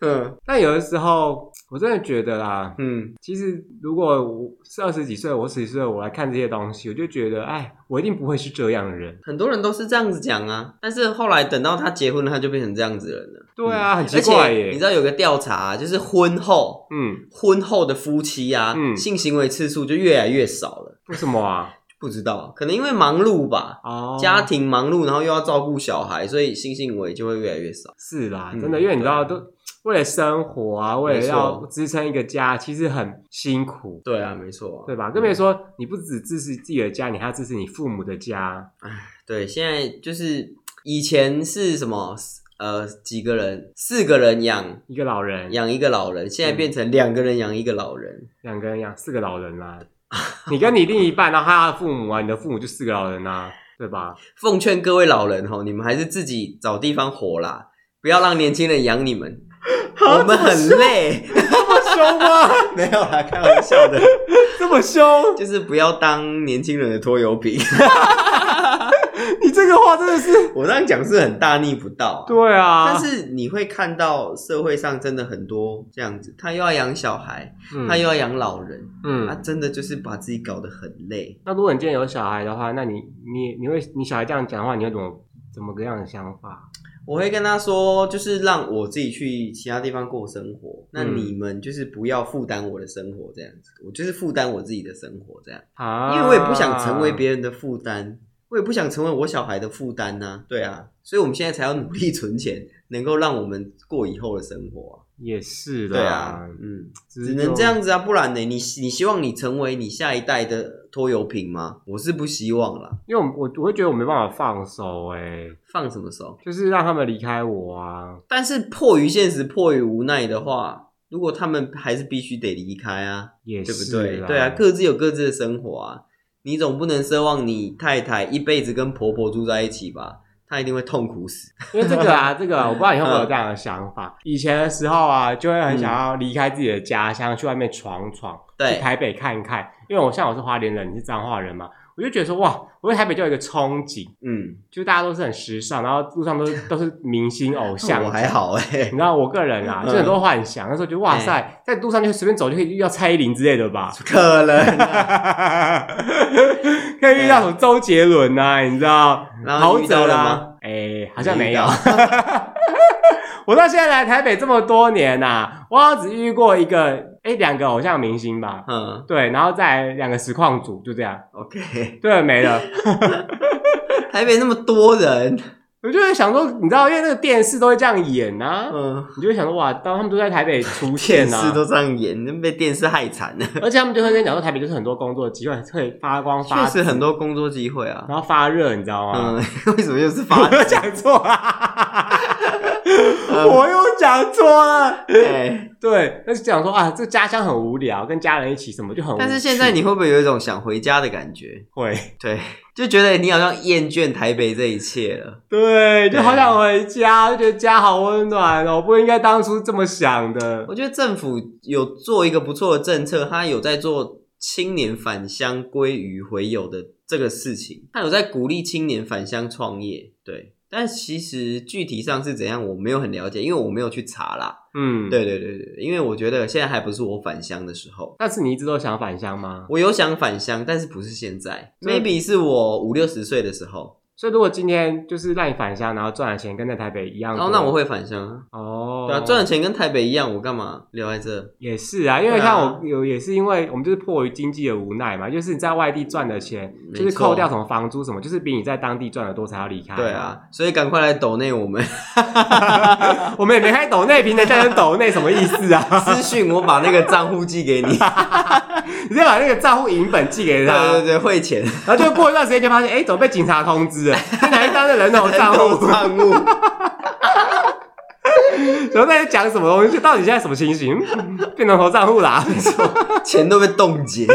Speaker 2: 嗯
Speaker 1: 但有的时候，我真的觉得啦，
Speaker 2: 嗯，
Speaker 1: 其实如果我是二十几岁，我十几岁，我来看这些东西，我就觉得，哎，我一定不会是这样的人。
Speaker 2: 很多人都是这样子讲啊，但是后来等到他结婚了，他就变成这样子的人了。
Speaker 1: 对啊，很奇
Speaker 2: 嗯而
Speaker 1: 怪
Speaker 2: 且你
Speaker 1: 耶
Speaker 2: 知。道有个调查啊、就是婚后
Speaker 1: 嗯，
Speaker 2: 婚后的夫妻啊，
Speaker 1: 嗯
Speaker 2: 性行为次数就越来越少了。
Speaker 1: 为什么啊？
Speaker 2: 不知道，可能因为忙碌吧，
Speaker 1: 哦，
Speaker 2: (laughs) 家庭忙碌，然后又要照顾小孩，所以性行为就会越来越少。
Speaker 1: 是啦，
Speaker 2: 嗯
Speaker 1: 真的，因为你知道，都为了生活啊，为了要
Speaker 2: 没错
Speaker 1: 支撑一个家，其实很辛苦，
Speaker 2: 对啊，没错、啊，
Speaker 1: 对吧？更别说你不只支持自己的家，你还要支持你父母的家。
Speaker 2: 对，现在就是以前是什么？呃，几个人，四个人养
Speaker 1: 一个老人，
Speaker 2: 养一个老人，现在
Speaker 1: 嗯
Speaker 2: 变成两个人养一个老人。
Speaker 1: 两个人养四个老人啦、你跟你另一半，然后还有他的父母啊，你的父母就四个老人啦、对
Speaker 2: (laughs)
Speaker 1: 吧？
Speaker 2: 奉劝各位老人吼，你们还是自己找地方活啦，不要让年轻人养你 (laughs) 们。我们很累，
Speaker 1: 这么凶吗？
Speaker 2: (laughs) 没有啦，开玩笑的，
Speaker 1: (laughs) 这么凶？
Speaker 2: (laughs)
Speaker 1: (laughs)
Speaker 2: 就是不要当年轻人的拖油瓶。 (laughs)
Speaker 1: 你这个话真的是……
Speaker 2: 我这样讲是很大逆不道、啊，
Speaker 1: 对啊，
Speaker 2: 但是你会看到社会上真的很多这样子，他又要养小孩，他又要养老人，
Speaker 1: 嗯
Speaker 2: 他
Speaker 1: 嗯，
Speaker 2: 真的就是把自己搞得很累。
Speaker 1: 那如果你今天有小孩的话，那你你你会你小孩这样讲话，你会怎么怎么个样的想法？
Speaker 2: 我会跟他说，就是让我自己去其他地方过生活，那
Speaker 1: 嗯
Speaker 2: 你们就是不要负担我的生活这样子，我就是负担我自己的生活这样，
Speaker 1: 啊，
Speaker 2: 因为我也不想成为别人的负担，我也不想成为我小孩的负担呐、对啊，所以我们现在才要努力存钱，能够让我们过以后的生活、
Speaker 1: 也是
Speaker 2: 啊，
Speaker 1: 啦，
Speaker 2: 对啊，嗯。
Speaker 1: 只
Speaker 2: 只
Speaker 1: 是
Speaker 2: 能
Speaker 1: 就
Speaker 2: 这。样子啊，不然呢？你你希望你成为你下一代的拖油瓶吗？我是不希望啦。
Speaker 1: 因为我我我会觉得我没办法放手、欸，
Speaker 2: 放什么手？
Speaker 1: 就是让他们离开我啊。
Speaker 2: 但是迫于现实、迫于无奈的话，如果他们还是必须得离开啊，
Speaker 1: 也
Speaker 2: 对不
Speaker 1: 是
Speaker 2: 对？
Speaker 1: 啦
Speaker 2: 对啊，各自有各自的生活啊。你总不能奢望你太太一辈子跟婆婆住在一起吧？她一定会痛苦死。
Speaker 1: (laughs) 因为这个
Speaker 2: (laughs)
Speaker 1: 啊，这个我不知道你会不会有这样的想法。
Speaker 2: 嗯
Speaker 1: 以前的时候啊，就会很想要离开自己的家乡，去外面闯闯，去
Speaker 2: 对，
Speaker 1: 台北看看。因为我像我是花莲人，你是彰化人嘛，我就觉得说哇，我对台北就有一个憧憬，
Speaker 2: 嗯，
Speaker 1: 就是大家都是很时尚，然后路上都是都是明星偶像。
Speaker 2: (laughs) 我还好哎、
Speaker 1: 你知道我个人啊，
Speaker 2: 嗯哎
Speaker 1: 就很多幻想，那时候觉得哇塞，在路上就随便走就可以遇到蔡依林之类的
Speaker 2: (laughs)
Speaker 1: 吧。
Speaker 2: 可能、
Speaker 1: (laughs)
Speaker 2: 啊，
Speaker 1: 可以遇到什么周杰伦呐、啊，你知道？
Speaker 2: 然后
Speaker 1: 陶
Speaker 2: 你遇到
Speaker 1: 喆
Speaker 2: 了
Speaker 1: 啦
Speaker 2: 吗，
Speaker 1: 哎、好像没有
Speaker 2: 你。
Speaker 1: (laughs) 我到现在来台北这么多年呐、我好像只遇过一个，哎、两个偶像明星吧，
Speaker 2: 嗯
Speaker 1: 对，然后再来两个实况组，就这样，
Speaker 2: ，OK，
Speaker 1: 对，没
Speaker 2: (laughs)
Speaker 1: 了。
Speaker 2: 台北那么多人，
Speaker 1: 我就会想说，你知道，因为那个电视都会这样演呐、
Speaker 2: 嗯，
Speaker 1: 你就会想说，哇，当他们都在台北出
Speaker 2: 电
Speaker 1: 现呐、啊
Speaker 2: 视都这样演，那被电视害惨
Speaker 1: (laughs)
Speaker 2: 了。
Speaker 1: 而且他们就会跟你讲说，台北就是很多工作机会会发光发
Speaker 2: 确，实很多工作机会啊。
Speaker 1: 然后发热，你知道吗？
Speaker 2: 嗯， (laughs) 为什么又是发
Speaker 1: 我又
Speaker 2: 展？ (laughs)
Speaker 1: 讲错了，我又讲错了。 (laughs)
Speaker 2: 哎
Speaker 1: 对，那就讲说啊，这家乡很无聊，跟家人一起什么就很无趣。
Speaker 2: 但是现在你会不会有一种想回家的感觉？
Speaker 1: 会
Speaker 2: 对， (laughs) 就觉得你好像厌倦台北这一切了。
Speaker 1: 对，就好想回家，就觉得家好温暖哦，不应该当初这么想的。
Speaker 2: 我觉得政府有做一个不错的政策，他有在做青年返乡归于回友的这个事情，他有在鼓励青年返乡创业。对，但其实具体上是怎样，我没有很了解，因为我没有去查啦。
Speaker 1: 嗯，。
Speaker 2: 对对对对，因为我觉得现在还不是我返乡的时候。
Speaker 1: 但是你一直都想返乡吗？
Speaker 2: 我有想返乡，但是不是现在
Speaker 1: 真的
Speaker 2: ，maybe 是我五六十岁的时候。
Speaker 1: 所以如果今天就是让你返乡，然后赚的钱跟在台北一样
Speaker 2: 然
Speaker 1: 多，
Speaker 2: 后哦那我会返乡啊，
Speaker 1: 哦，
Speaker 2: 对啊，赚的钱跟台北一样，我干嘛留在这？
Speaker 1: 也是啊，因为
Speaker 2: 对啊
Speaker 1: 像我有也是因为我们就是迫于经济的无奈嘛，就是你在外地赚的钱，
Speaker 2: 没
Speaker 1: 就是
Speaker 2: 错
Speaker 1: 扣掉什么房租什么，就是比你在当地赚的多才要离开。
Speaker 2: 对，啊，所以赶快来抖内我们 (laughs) 啊
Speaker 1: 我们也没开抖内平台，叫人抖内什么意思
Speaker 2: (laughs)
Speaker 1: 啊？
Speaker 2: 私讯，我把那个账户
Speaker 1: (laughs)
Speaker 2: 寄给你。
Speaker 1: 你再把那个账户银本寄给他，
Speaker 2: 对对对，汇钱
Speaker 1: 然后就过一段时间就发现，哎，怎么被警察通知了？
Speaker 2: (laughs)
Speaker 1: 这哪一张的人头 (laughs) 账
Speaker 2: 抖
Speaker 1: 户？
Speaker 2: 账户。
Speaker 1: 然后在讲什么东西？就到底现在什么情形？嗯变人头账户啦。
Speaker 2: (laughs) 钱都被
Speaker 1: (laughs)
Speaker 2: 冻结。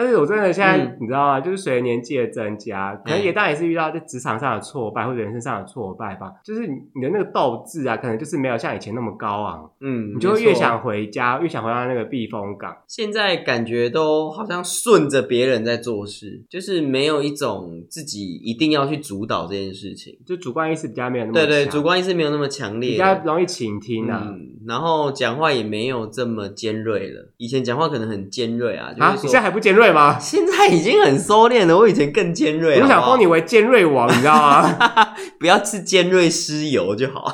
Speaker 1: 但是我真的现在、
Speaker 2: 嗯
Speaker 1: 你知道吗？就是随着年纪的增加，可能
Speaker 2: 嗯
Speaker 1: 也当然也是遇到在职场上的挫败或者人生上的挫败吧。就是你你的那个斗志啊，可能就是没有像以前那么高昂，
Speaker 2: 嗯，
Speaker 1: 你就会越
Speaker 2: 没错。
Speaker 1: 想回家，越想回到那个避风港。
Speaker 2: 现在感觉都好像顺着别人在做事，就是没有一种自己一定要去主导这件事情。
Speaker 1: 就主观意识比较没有那么
Speaker 2: 对对，
Speaker 1: 强
Speaker 2: 主观意识没有那么强
Speaker 1: 比
Speaker 2: 烈
Speaker 1: 较
Speaker 2: 了。
Speaker 1: 容易倾听啊。
Speaker 2: 嗯，然后讲话也没有这么尖锐了。以前讲话可能很尖锐啊，就
Speaker 1: 啊，
Speaker 2: 是
Speaker 1: 你现
Speaker 2: 说、
Speaker 1: 在还不尖锐
Speaker 2: (laughs)
Speaker 1: 吗？
Speaker 2: 现在已经很收敛了。我以前更尖锐，
Speaker 1: 我想
Speaker 2: 好不好
Speaker 1: 封你为尖锐王，你知道吗？
Speaker 2: (laughs) 不要吃尖锐湿油就好，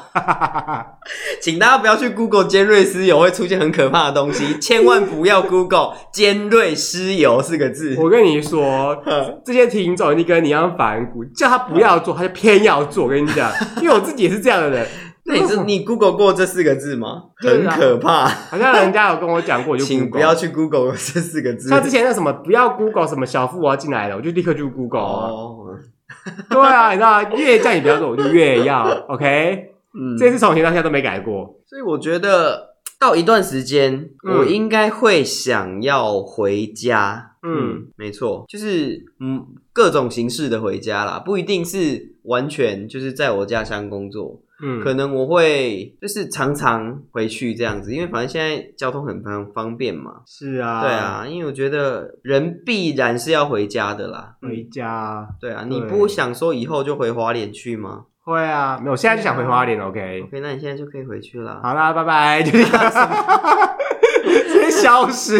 Speaker 2: (laughs) 请大家不要去 Google 尖锐湿油会出现很可怕的东西，千万不
Speaker 1: (laughs)
Speaker 2: 要 Google 尖锐湿油四个字。
Speaker 1: 我跟你说，这些听众就跟你一样反骨，叫他不要做，他就偏要做。我跟你讲，因为我自己也是这样的人，
Speaker 2: (laughs) 那你是你 Google 过这四个字吗？
Speaker 1: 对
Speaker 2: 很
Speaker 1: 啊
Speaker 2: 可怕，
Speaker 1: 好像人家有跟我讲过，我就
Speaker 2: 请
Speaker 1: Google
Speaker 2: 不要去 Google 这四个字。
Speaker 1: 像之前那什么不要 Google 什么小富要进来了，我就立刻去 Google 啊。
Speaker 2: 哦，
Speaker 1: 对啊，你知道越叫你不要做，我就越 (laughs) 要。OK，
Speaker 2: 嗯，
Speaker 1: 这次从以前到现在都没改过。
Speaker 2: 所以我觉得到一段时间，
Speaker 1: 嗯
Speaker 2: 我应该会想要回家。
Speaker 1: 嗯
Speaker 2: 嗯，没错，就是嗯各种形式的回家啦，不一定是完全就是在我家乡工作，
Speaker 1: 嗯，
Speaker 2: 可能我会就是常常回去这样子，因为反正现在交通很方方便嘛。
Speaker 1: 是啊，
Speaker 2: 对，啊，因为我觉得人必然是要回家的啦。
Speaker 1: 回家
Speaker 2: 对啊，
Speaker 1: 嗯对
Speaker 2: 你不想说以后就回花莲去吗
Speaker 1: 会啊，没有，我现在就想回花莲。OK，
Speaker 2: ？OK，那你现在就可以回去啦。
Speaker 1: 好啦，拜拜，就这样 (laughs) 直接消失。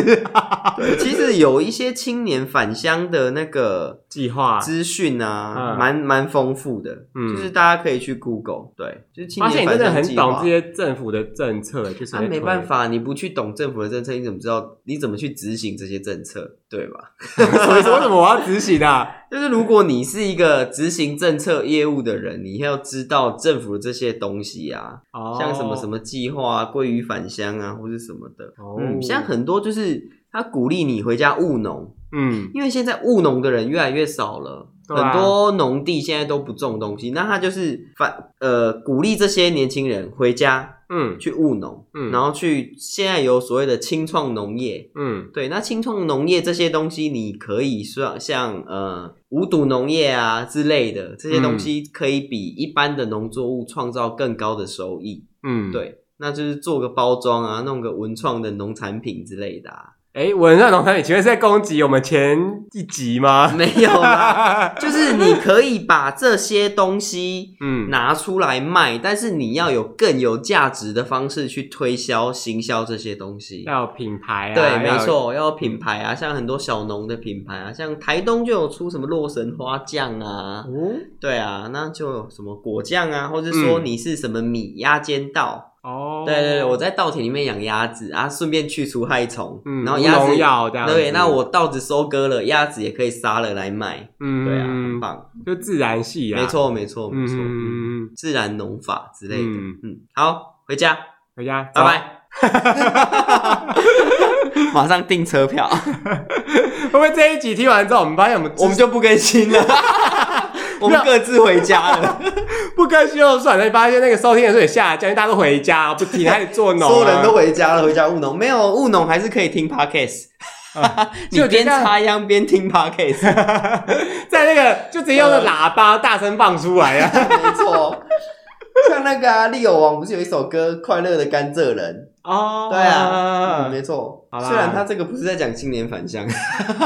Speaker 2: 其实有一些青年返乡的那个
Speaker 1: 计划
Speaker 2: 资讯啊，
Speaker 1: 嗯
Speaker 2: 蛮蛮丰富的，
Speaker 1: 嗯
Speaker 2: 就是大家可以去 Google，对，就是青
Speaker 1: 发现
Speaker 2: 年
Speaker 1: 你真的
Speaker 2: 返乡
Speaker 1: 很
Speaker 2: 计
Speaker 1: 懂
Speaker 2: 划
Speaker 1: 这。些政府的政策，就是
Speaker 2: 啊，没办，法，你不去懂政府的政策，你怎么知道？你怎么去执行这些政策，对吧？
Speaker 1: 所以说为什么我要执行啊？
Speaker 2: 就是如果你是一个执行政策业务的人，你要知道政府的这些东西啊，
Speaker 1: (laughs) 哦
Speaker 2: 像什么什么计划啊、归于返乡啊，或是什么的。
Speaker 1: 哦
Speaker 2: 嗯，像很多就是他鼓励你回家务农，
Speaker 1: 嗯，
Speaker 2: 因为现在务农的人越来越少了，
Speaker 1: 对啊
Speaker 2: 很多农地现在都不种东西，那他就是反呃鼓励这些年轻人回家
Speaker 1: 嗯
Speaker 2: 去务农，
Speaker 1: 嗯
Speaker 2: 然后去现在有所谓的青创农业。
Speaker 1: 嗯
Speaker 2: 对，那青创农业这些东西，你可以算像呃无毒农业啊之类的这些东西，可以比一般的农作物创造更高的收益。
Speaker 1: 嗯，。
Speaker 2: 对，那就是做个包装啊，弄个文创的农产品之类的、啊，
Speaker 1: 哎，文善农场，你请问是在攻击我们前一集吗？
Speaker 2: 没有啦。 (laughs) 就是你可以把这些东西
Speaker 1: (laughs)
Speaker 2: (laughs)
Speaker 1: 嗯，
Speaker 2: 拿出来卖，但是你要有更有价值的方式去推销、行销这些东西。
Speaker 1: 要有品牌啊，
Speaker 2: 对，没
Speaker 1: 要有。嗯
Speaker 2: 错，要有品牌啊，像很多小农的品牌啊，像台东就有出什么洛神花酱啊，对啊，那就有什么果酱啊，或者说
Speaker 1: 嗯
Speaker 2: 你是什么米鸭尖稻，
Speaker 1: 哦，
Speaker 2: 对对对，我在稻田里面养鸭子啊，顺便去除害虫，
Speaker 1: 嗯，
Speaker 2: 然后
Speaker 1: 无
Speaker 2: 鸭子
Speaker 1: 农药这样子，
Speaker 2: 对，那我稻子收割了，鸭子也可以杀了来卖，
Speaker 1: 嗯，
Speaker 2: 对啊，很棒。
Speaker 1: 就自然系啊，
Speaker 2: 没，错，没错，
Speaker 1: 嗯
Speaker 2: 没错，嗯
Speaker 1: 嗯嗯，嗯
Speaker 2: 自然农法之类的。
Speaker 1: 嗯
Speaker 2: 嗯，好，回家，
Speaker 1: 回家，
Speaker 2: 拜拜。
Speaker 1: (laughs)
Speaker 2: 马上订车 (laughs) 票，
Speaker 1: 走。会不会这一集听完之后，我们发现我们 (laughs)
Speaker 2: 我们就不更新了。我们各自回家了，
Speaker 1: 不更新就算了，你发现那个收听人数也下降，因为大家都回家，不停开始做农、啊，
Speaker 2: 所有人都回家了，回家务农没有务农还是可以听 podcast，你
Speaker 1: 就
Speaker 2: 边
Speaker 1: 这样
Speaker 2: 插秧边听
Speaker 1: (laughs)
Speaker 2: podcast，
Speaker 1: 在那个就直接用那喇叭大声放出来
Speaker 2: (laughs)
Speaker 1: 啊。
Speaker 2: 没错。像那个啊，利友王不是有一首歌《快乐的甘蔗人
Speaker 1: 哦》？
Speaker 2: 对啊，嗯、没错
Speaker 1: 好。啦
Speaker 2: 虽然他这个不是在讲新年返乡，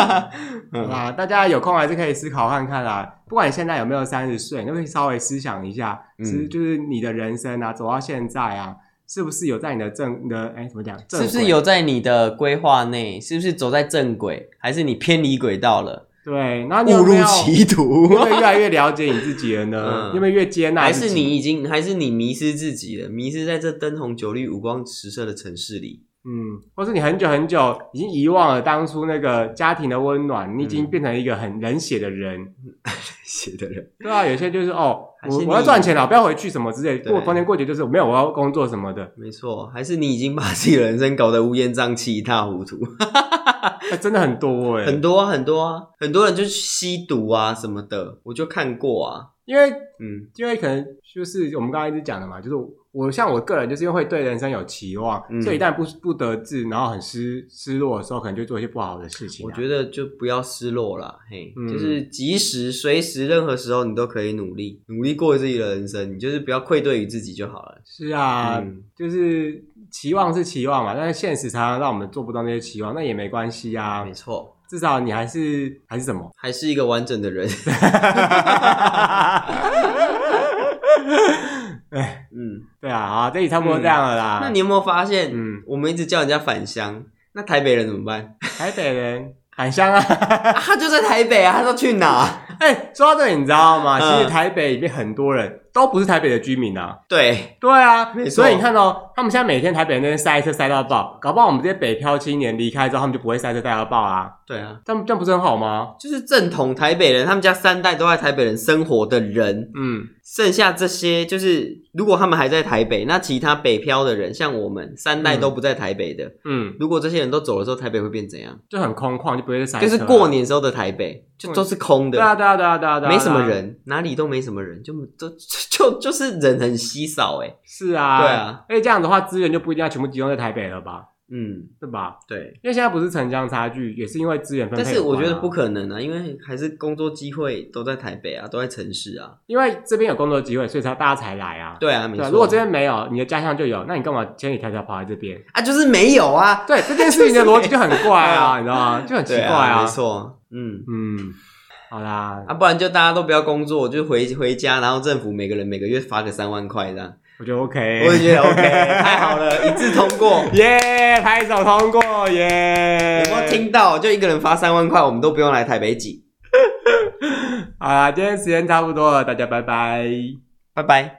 Speaker 1: (laughs)
Speaker 2: 嗯
Speaker 1: 啊，大家有空还是可以思考看看啦。不管你现在有没有三十岁，你都可以稍微思想一下，
Speaker 2: 嗯
Speaker 1: 其实就是你的人生啊，走到现在啊，是不是有在你的正你的哎怎么讲？
Speaker 2: 是不
Speaker 1: 正
Speaker 2: 是
Speaker 1: 轨
Speaker 2: 有在你的规划内？是不是走在正轨，还是你偏离轨道了，
Speaker 1: 对？然后你
Speaker 2: 误
Speaker 1: 有没
Speaker 2: 入
Speaker 1: 有
Speaker 2: 歧
Speaker 1: (laughs) 你有
Speaker 2: 途？
Speaker 1: 没有越来越了解你自己了呢？
Speaker 2: 嗯
Speaker 1: 你有没有越接纳
Speaker 2: 还
Speaker 1: 自己？
Speaker 2: 是你已经，还是你迷失自己了，迷失在这灯红酒绿、五光十色的城市里？ (laughs)
Speaker 1: 嗯，或是你很久很久已经遗忘了当初那个家庭的温暖，你已
Speaker 2: 嗯
Speaker 1: 经变成一个很冷血的人。
Speaker 2: 写的人，
Speaker 1: 对啊，有些就是哦，
Speaker 2: 还是
Speaker 1: 我
Speaker 2: 你
Speaker 1: 我要赚钱了，不要回去什么之类的。
Speaker 2: 对
Speaker 1: 过逢年过节就是哦没有我要工作什么的，
Speaker 2: 没错，还是你已经把自己的人生搞得乌烟瘴气、一塌糊涂？
Speaker 1: 哎真的很多哎、
Speaker 2: 很多啊，很多啊，很多人就去吸毒啊什么的，我就看过啊，
Speaker 1: 因为
Speaker 2: 嗯。
Speaker 1: 因为可能就是我们刚才一直讲的嘛，就是我我像我个人就是因为会对人生有期望，
Speaker 2: 嗯
Speaker 1: 所以一旦不不得志，然后很失失落的时候，可能就做一些不好的事情、啊。
Speaker 2: 我觉
Speaker 1: 得
Speaker 2: 得就不要失落啦，嘿，
Speaker 1: 嗯
Speaker 2: 就是及时、随时、任何时候你都可以努力，努力过自己的人生，你就是不要愧对于自己就好了。
Speaker 1: 是啊，
Speaker 2: 嗯
Speaker 1: 就是期望是期望嘛，但是现实常常让我们做不到那些期望，那也没关系啊
Speaker 2: 没，错，
Speaker 1: 至少你还是还是什
Speaker 2: (laughs)
Speaker 1: 么。
Speaker 2: 还是一个完整
Speaker 1: (laughs)
Speaker 2: 的人。
Speaker 1: (laughs)
Speaker 2: 嗯，
Speaker 1: 对啊，好，这里差不多这样了啦。
Speaker 2: 那你有没有发现，
Speaker 1: 嗯，
Speaker 2: 我们一直叫人家返乡，那台北人怎
Speaker 1: (laughs)
Speaker 2: 么办？
Speaker 1: 台北人返乡啊。
Speaker 2: 啊、他就在台北啊，他都去哪？ (laughs)
Speaker 1: (laughs) 哎、说到这里，你知道吗？
Speaker 2: 嗯
Speaker 1: 其实台北里面很多人都不是台北的居民啊。
Speaker 2: 对，
Speaker 1: 对啊
Speaker 2: 没，错
Speaker 1: 所以你看哦，他们现在每天台北那边塞车塞到爆，搞不好我们这些北漂青年离开之后，他们就不会塞车塞到爆啊。
Speaker 2: 对啊，
Speaker 1: 这样这样不是很好吗？
Speaker 2: 就是正统台北人，他们家三代都在台北人生活的人，
Speaker 1: 嗯，
Speaker 2: 剩下这些就是，如果他们还在台北，那其他北漂的人，像我们三代都不在台北的，
Speaker 1: 嗯，
Speaker 2: 如果这些人都走了之后，台北会变怎样？
Speaker 1: 就很空旷，就不会塞车、啊
Speaker 2: 就是过。年时候的台北，就都是空
Speaker 1: 对
Speaker 2: 的，
Speaker 1: 啊，对啊，对啊，对啊，对啊，
Speaker 2: 没什么
Speaker 1: 对啊。
Speaker 2: 人，哪里都没什么人，就都就就是人很稀少哎、欸
Speaker 1: 是啊，
Speaker 2: 对啊。
Speaker 1: 而且这样的话，资源就不一定要全部集中在台北了吧？
Speaker 2: 嗯，
Speaker 1: 对吧？
Speaker 2: 对。
Speaker 1: 因为现在不是城乡差距，也是因为资源分配、
Speaker 2: 但是我觉得不，可能啊，因为还是工作机会都在台北啊，都在城市啊。
Speaker 1: 因为这边有工作机会，所以才大家才来啊。
Speaker 2: 对啊，没
Speaker 1: 对啊，
Speaker 2: 错。
Speaker 1: 如果这边没有，你的家乡就有，那你干嘛千里迢迢跑来这边？ (laughs)
Speaker 2: 啊，就是没有啊，
Speaker 1: 对，这件事情的逻辑就很怪
Speaker 2: 就是没
Speaker 1: 啊，
Speaker 2: 有
Speaker 1: 你知道
Speaker 2: (laughs)
Speaker 1: 吗？就很奇
Speaker 2: 对
Speaker 1: 怪
Speaker 2: 啊，
Speaker 1: 啊。
Speaker 2: 没错。嗯，
Speaker 1: 嗯，好啦，
Speaker 2: 啊，不然就大家都不要工作，就回回家，然后政府每个人每个月发个三万块这样，
Speaker 1: 我觉得
Speaker 2: 我也
Speaker 1: OK，
Speaker 2: 觉得 OK，太好了，一致通
Speaker 1: (laughs)
Speaker 2: 过。
Speaker 1: 耶，拍手通过耶。
Speaker 2: 有没有听到？就一个人发三万块，我们都不用来台北挤。
Speaker 1: 好啦，今天时间差不多了，大家拜拜。
Speaker 2: 拜拜。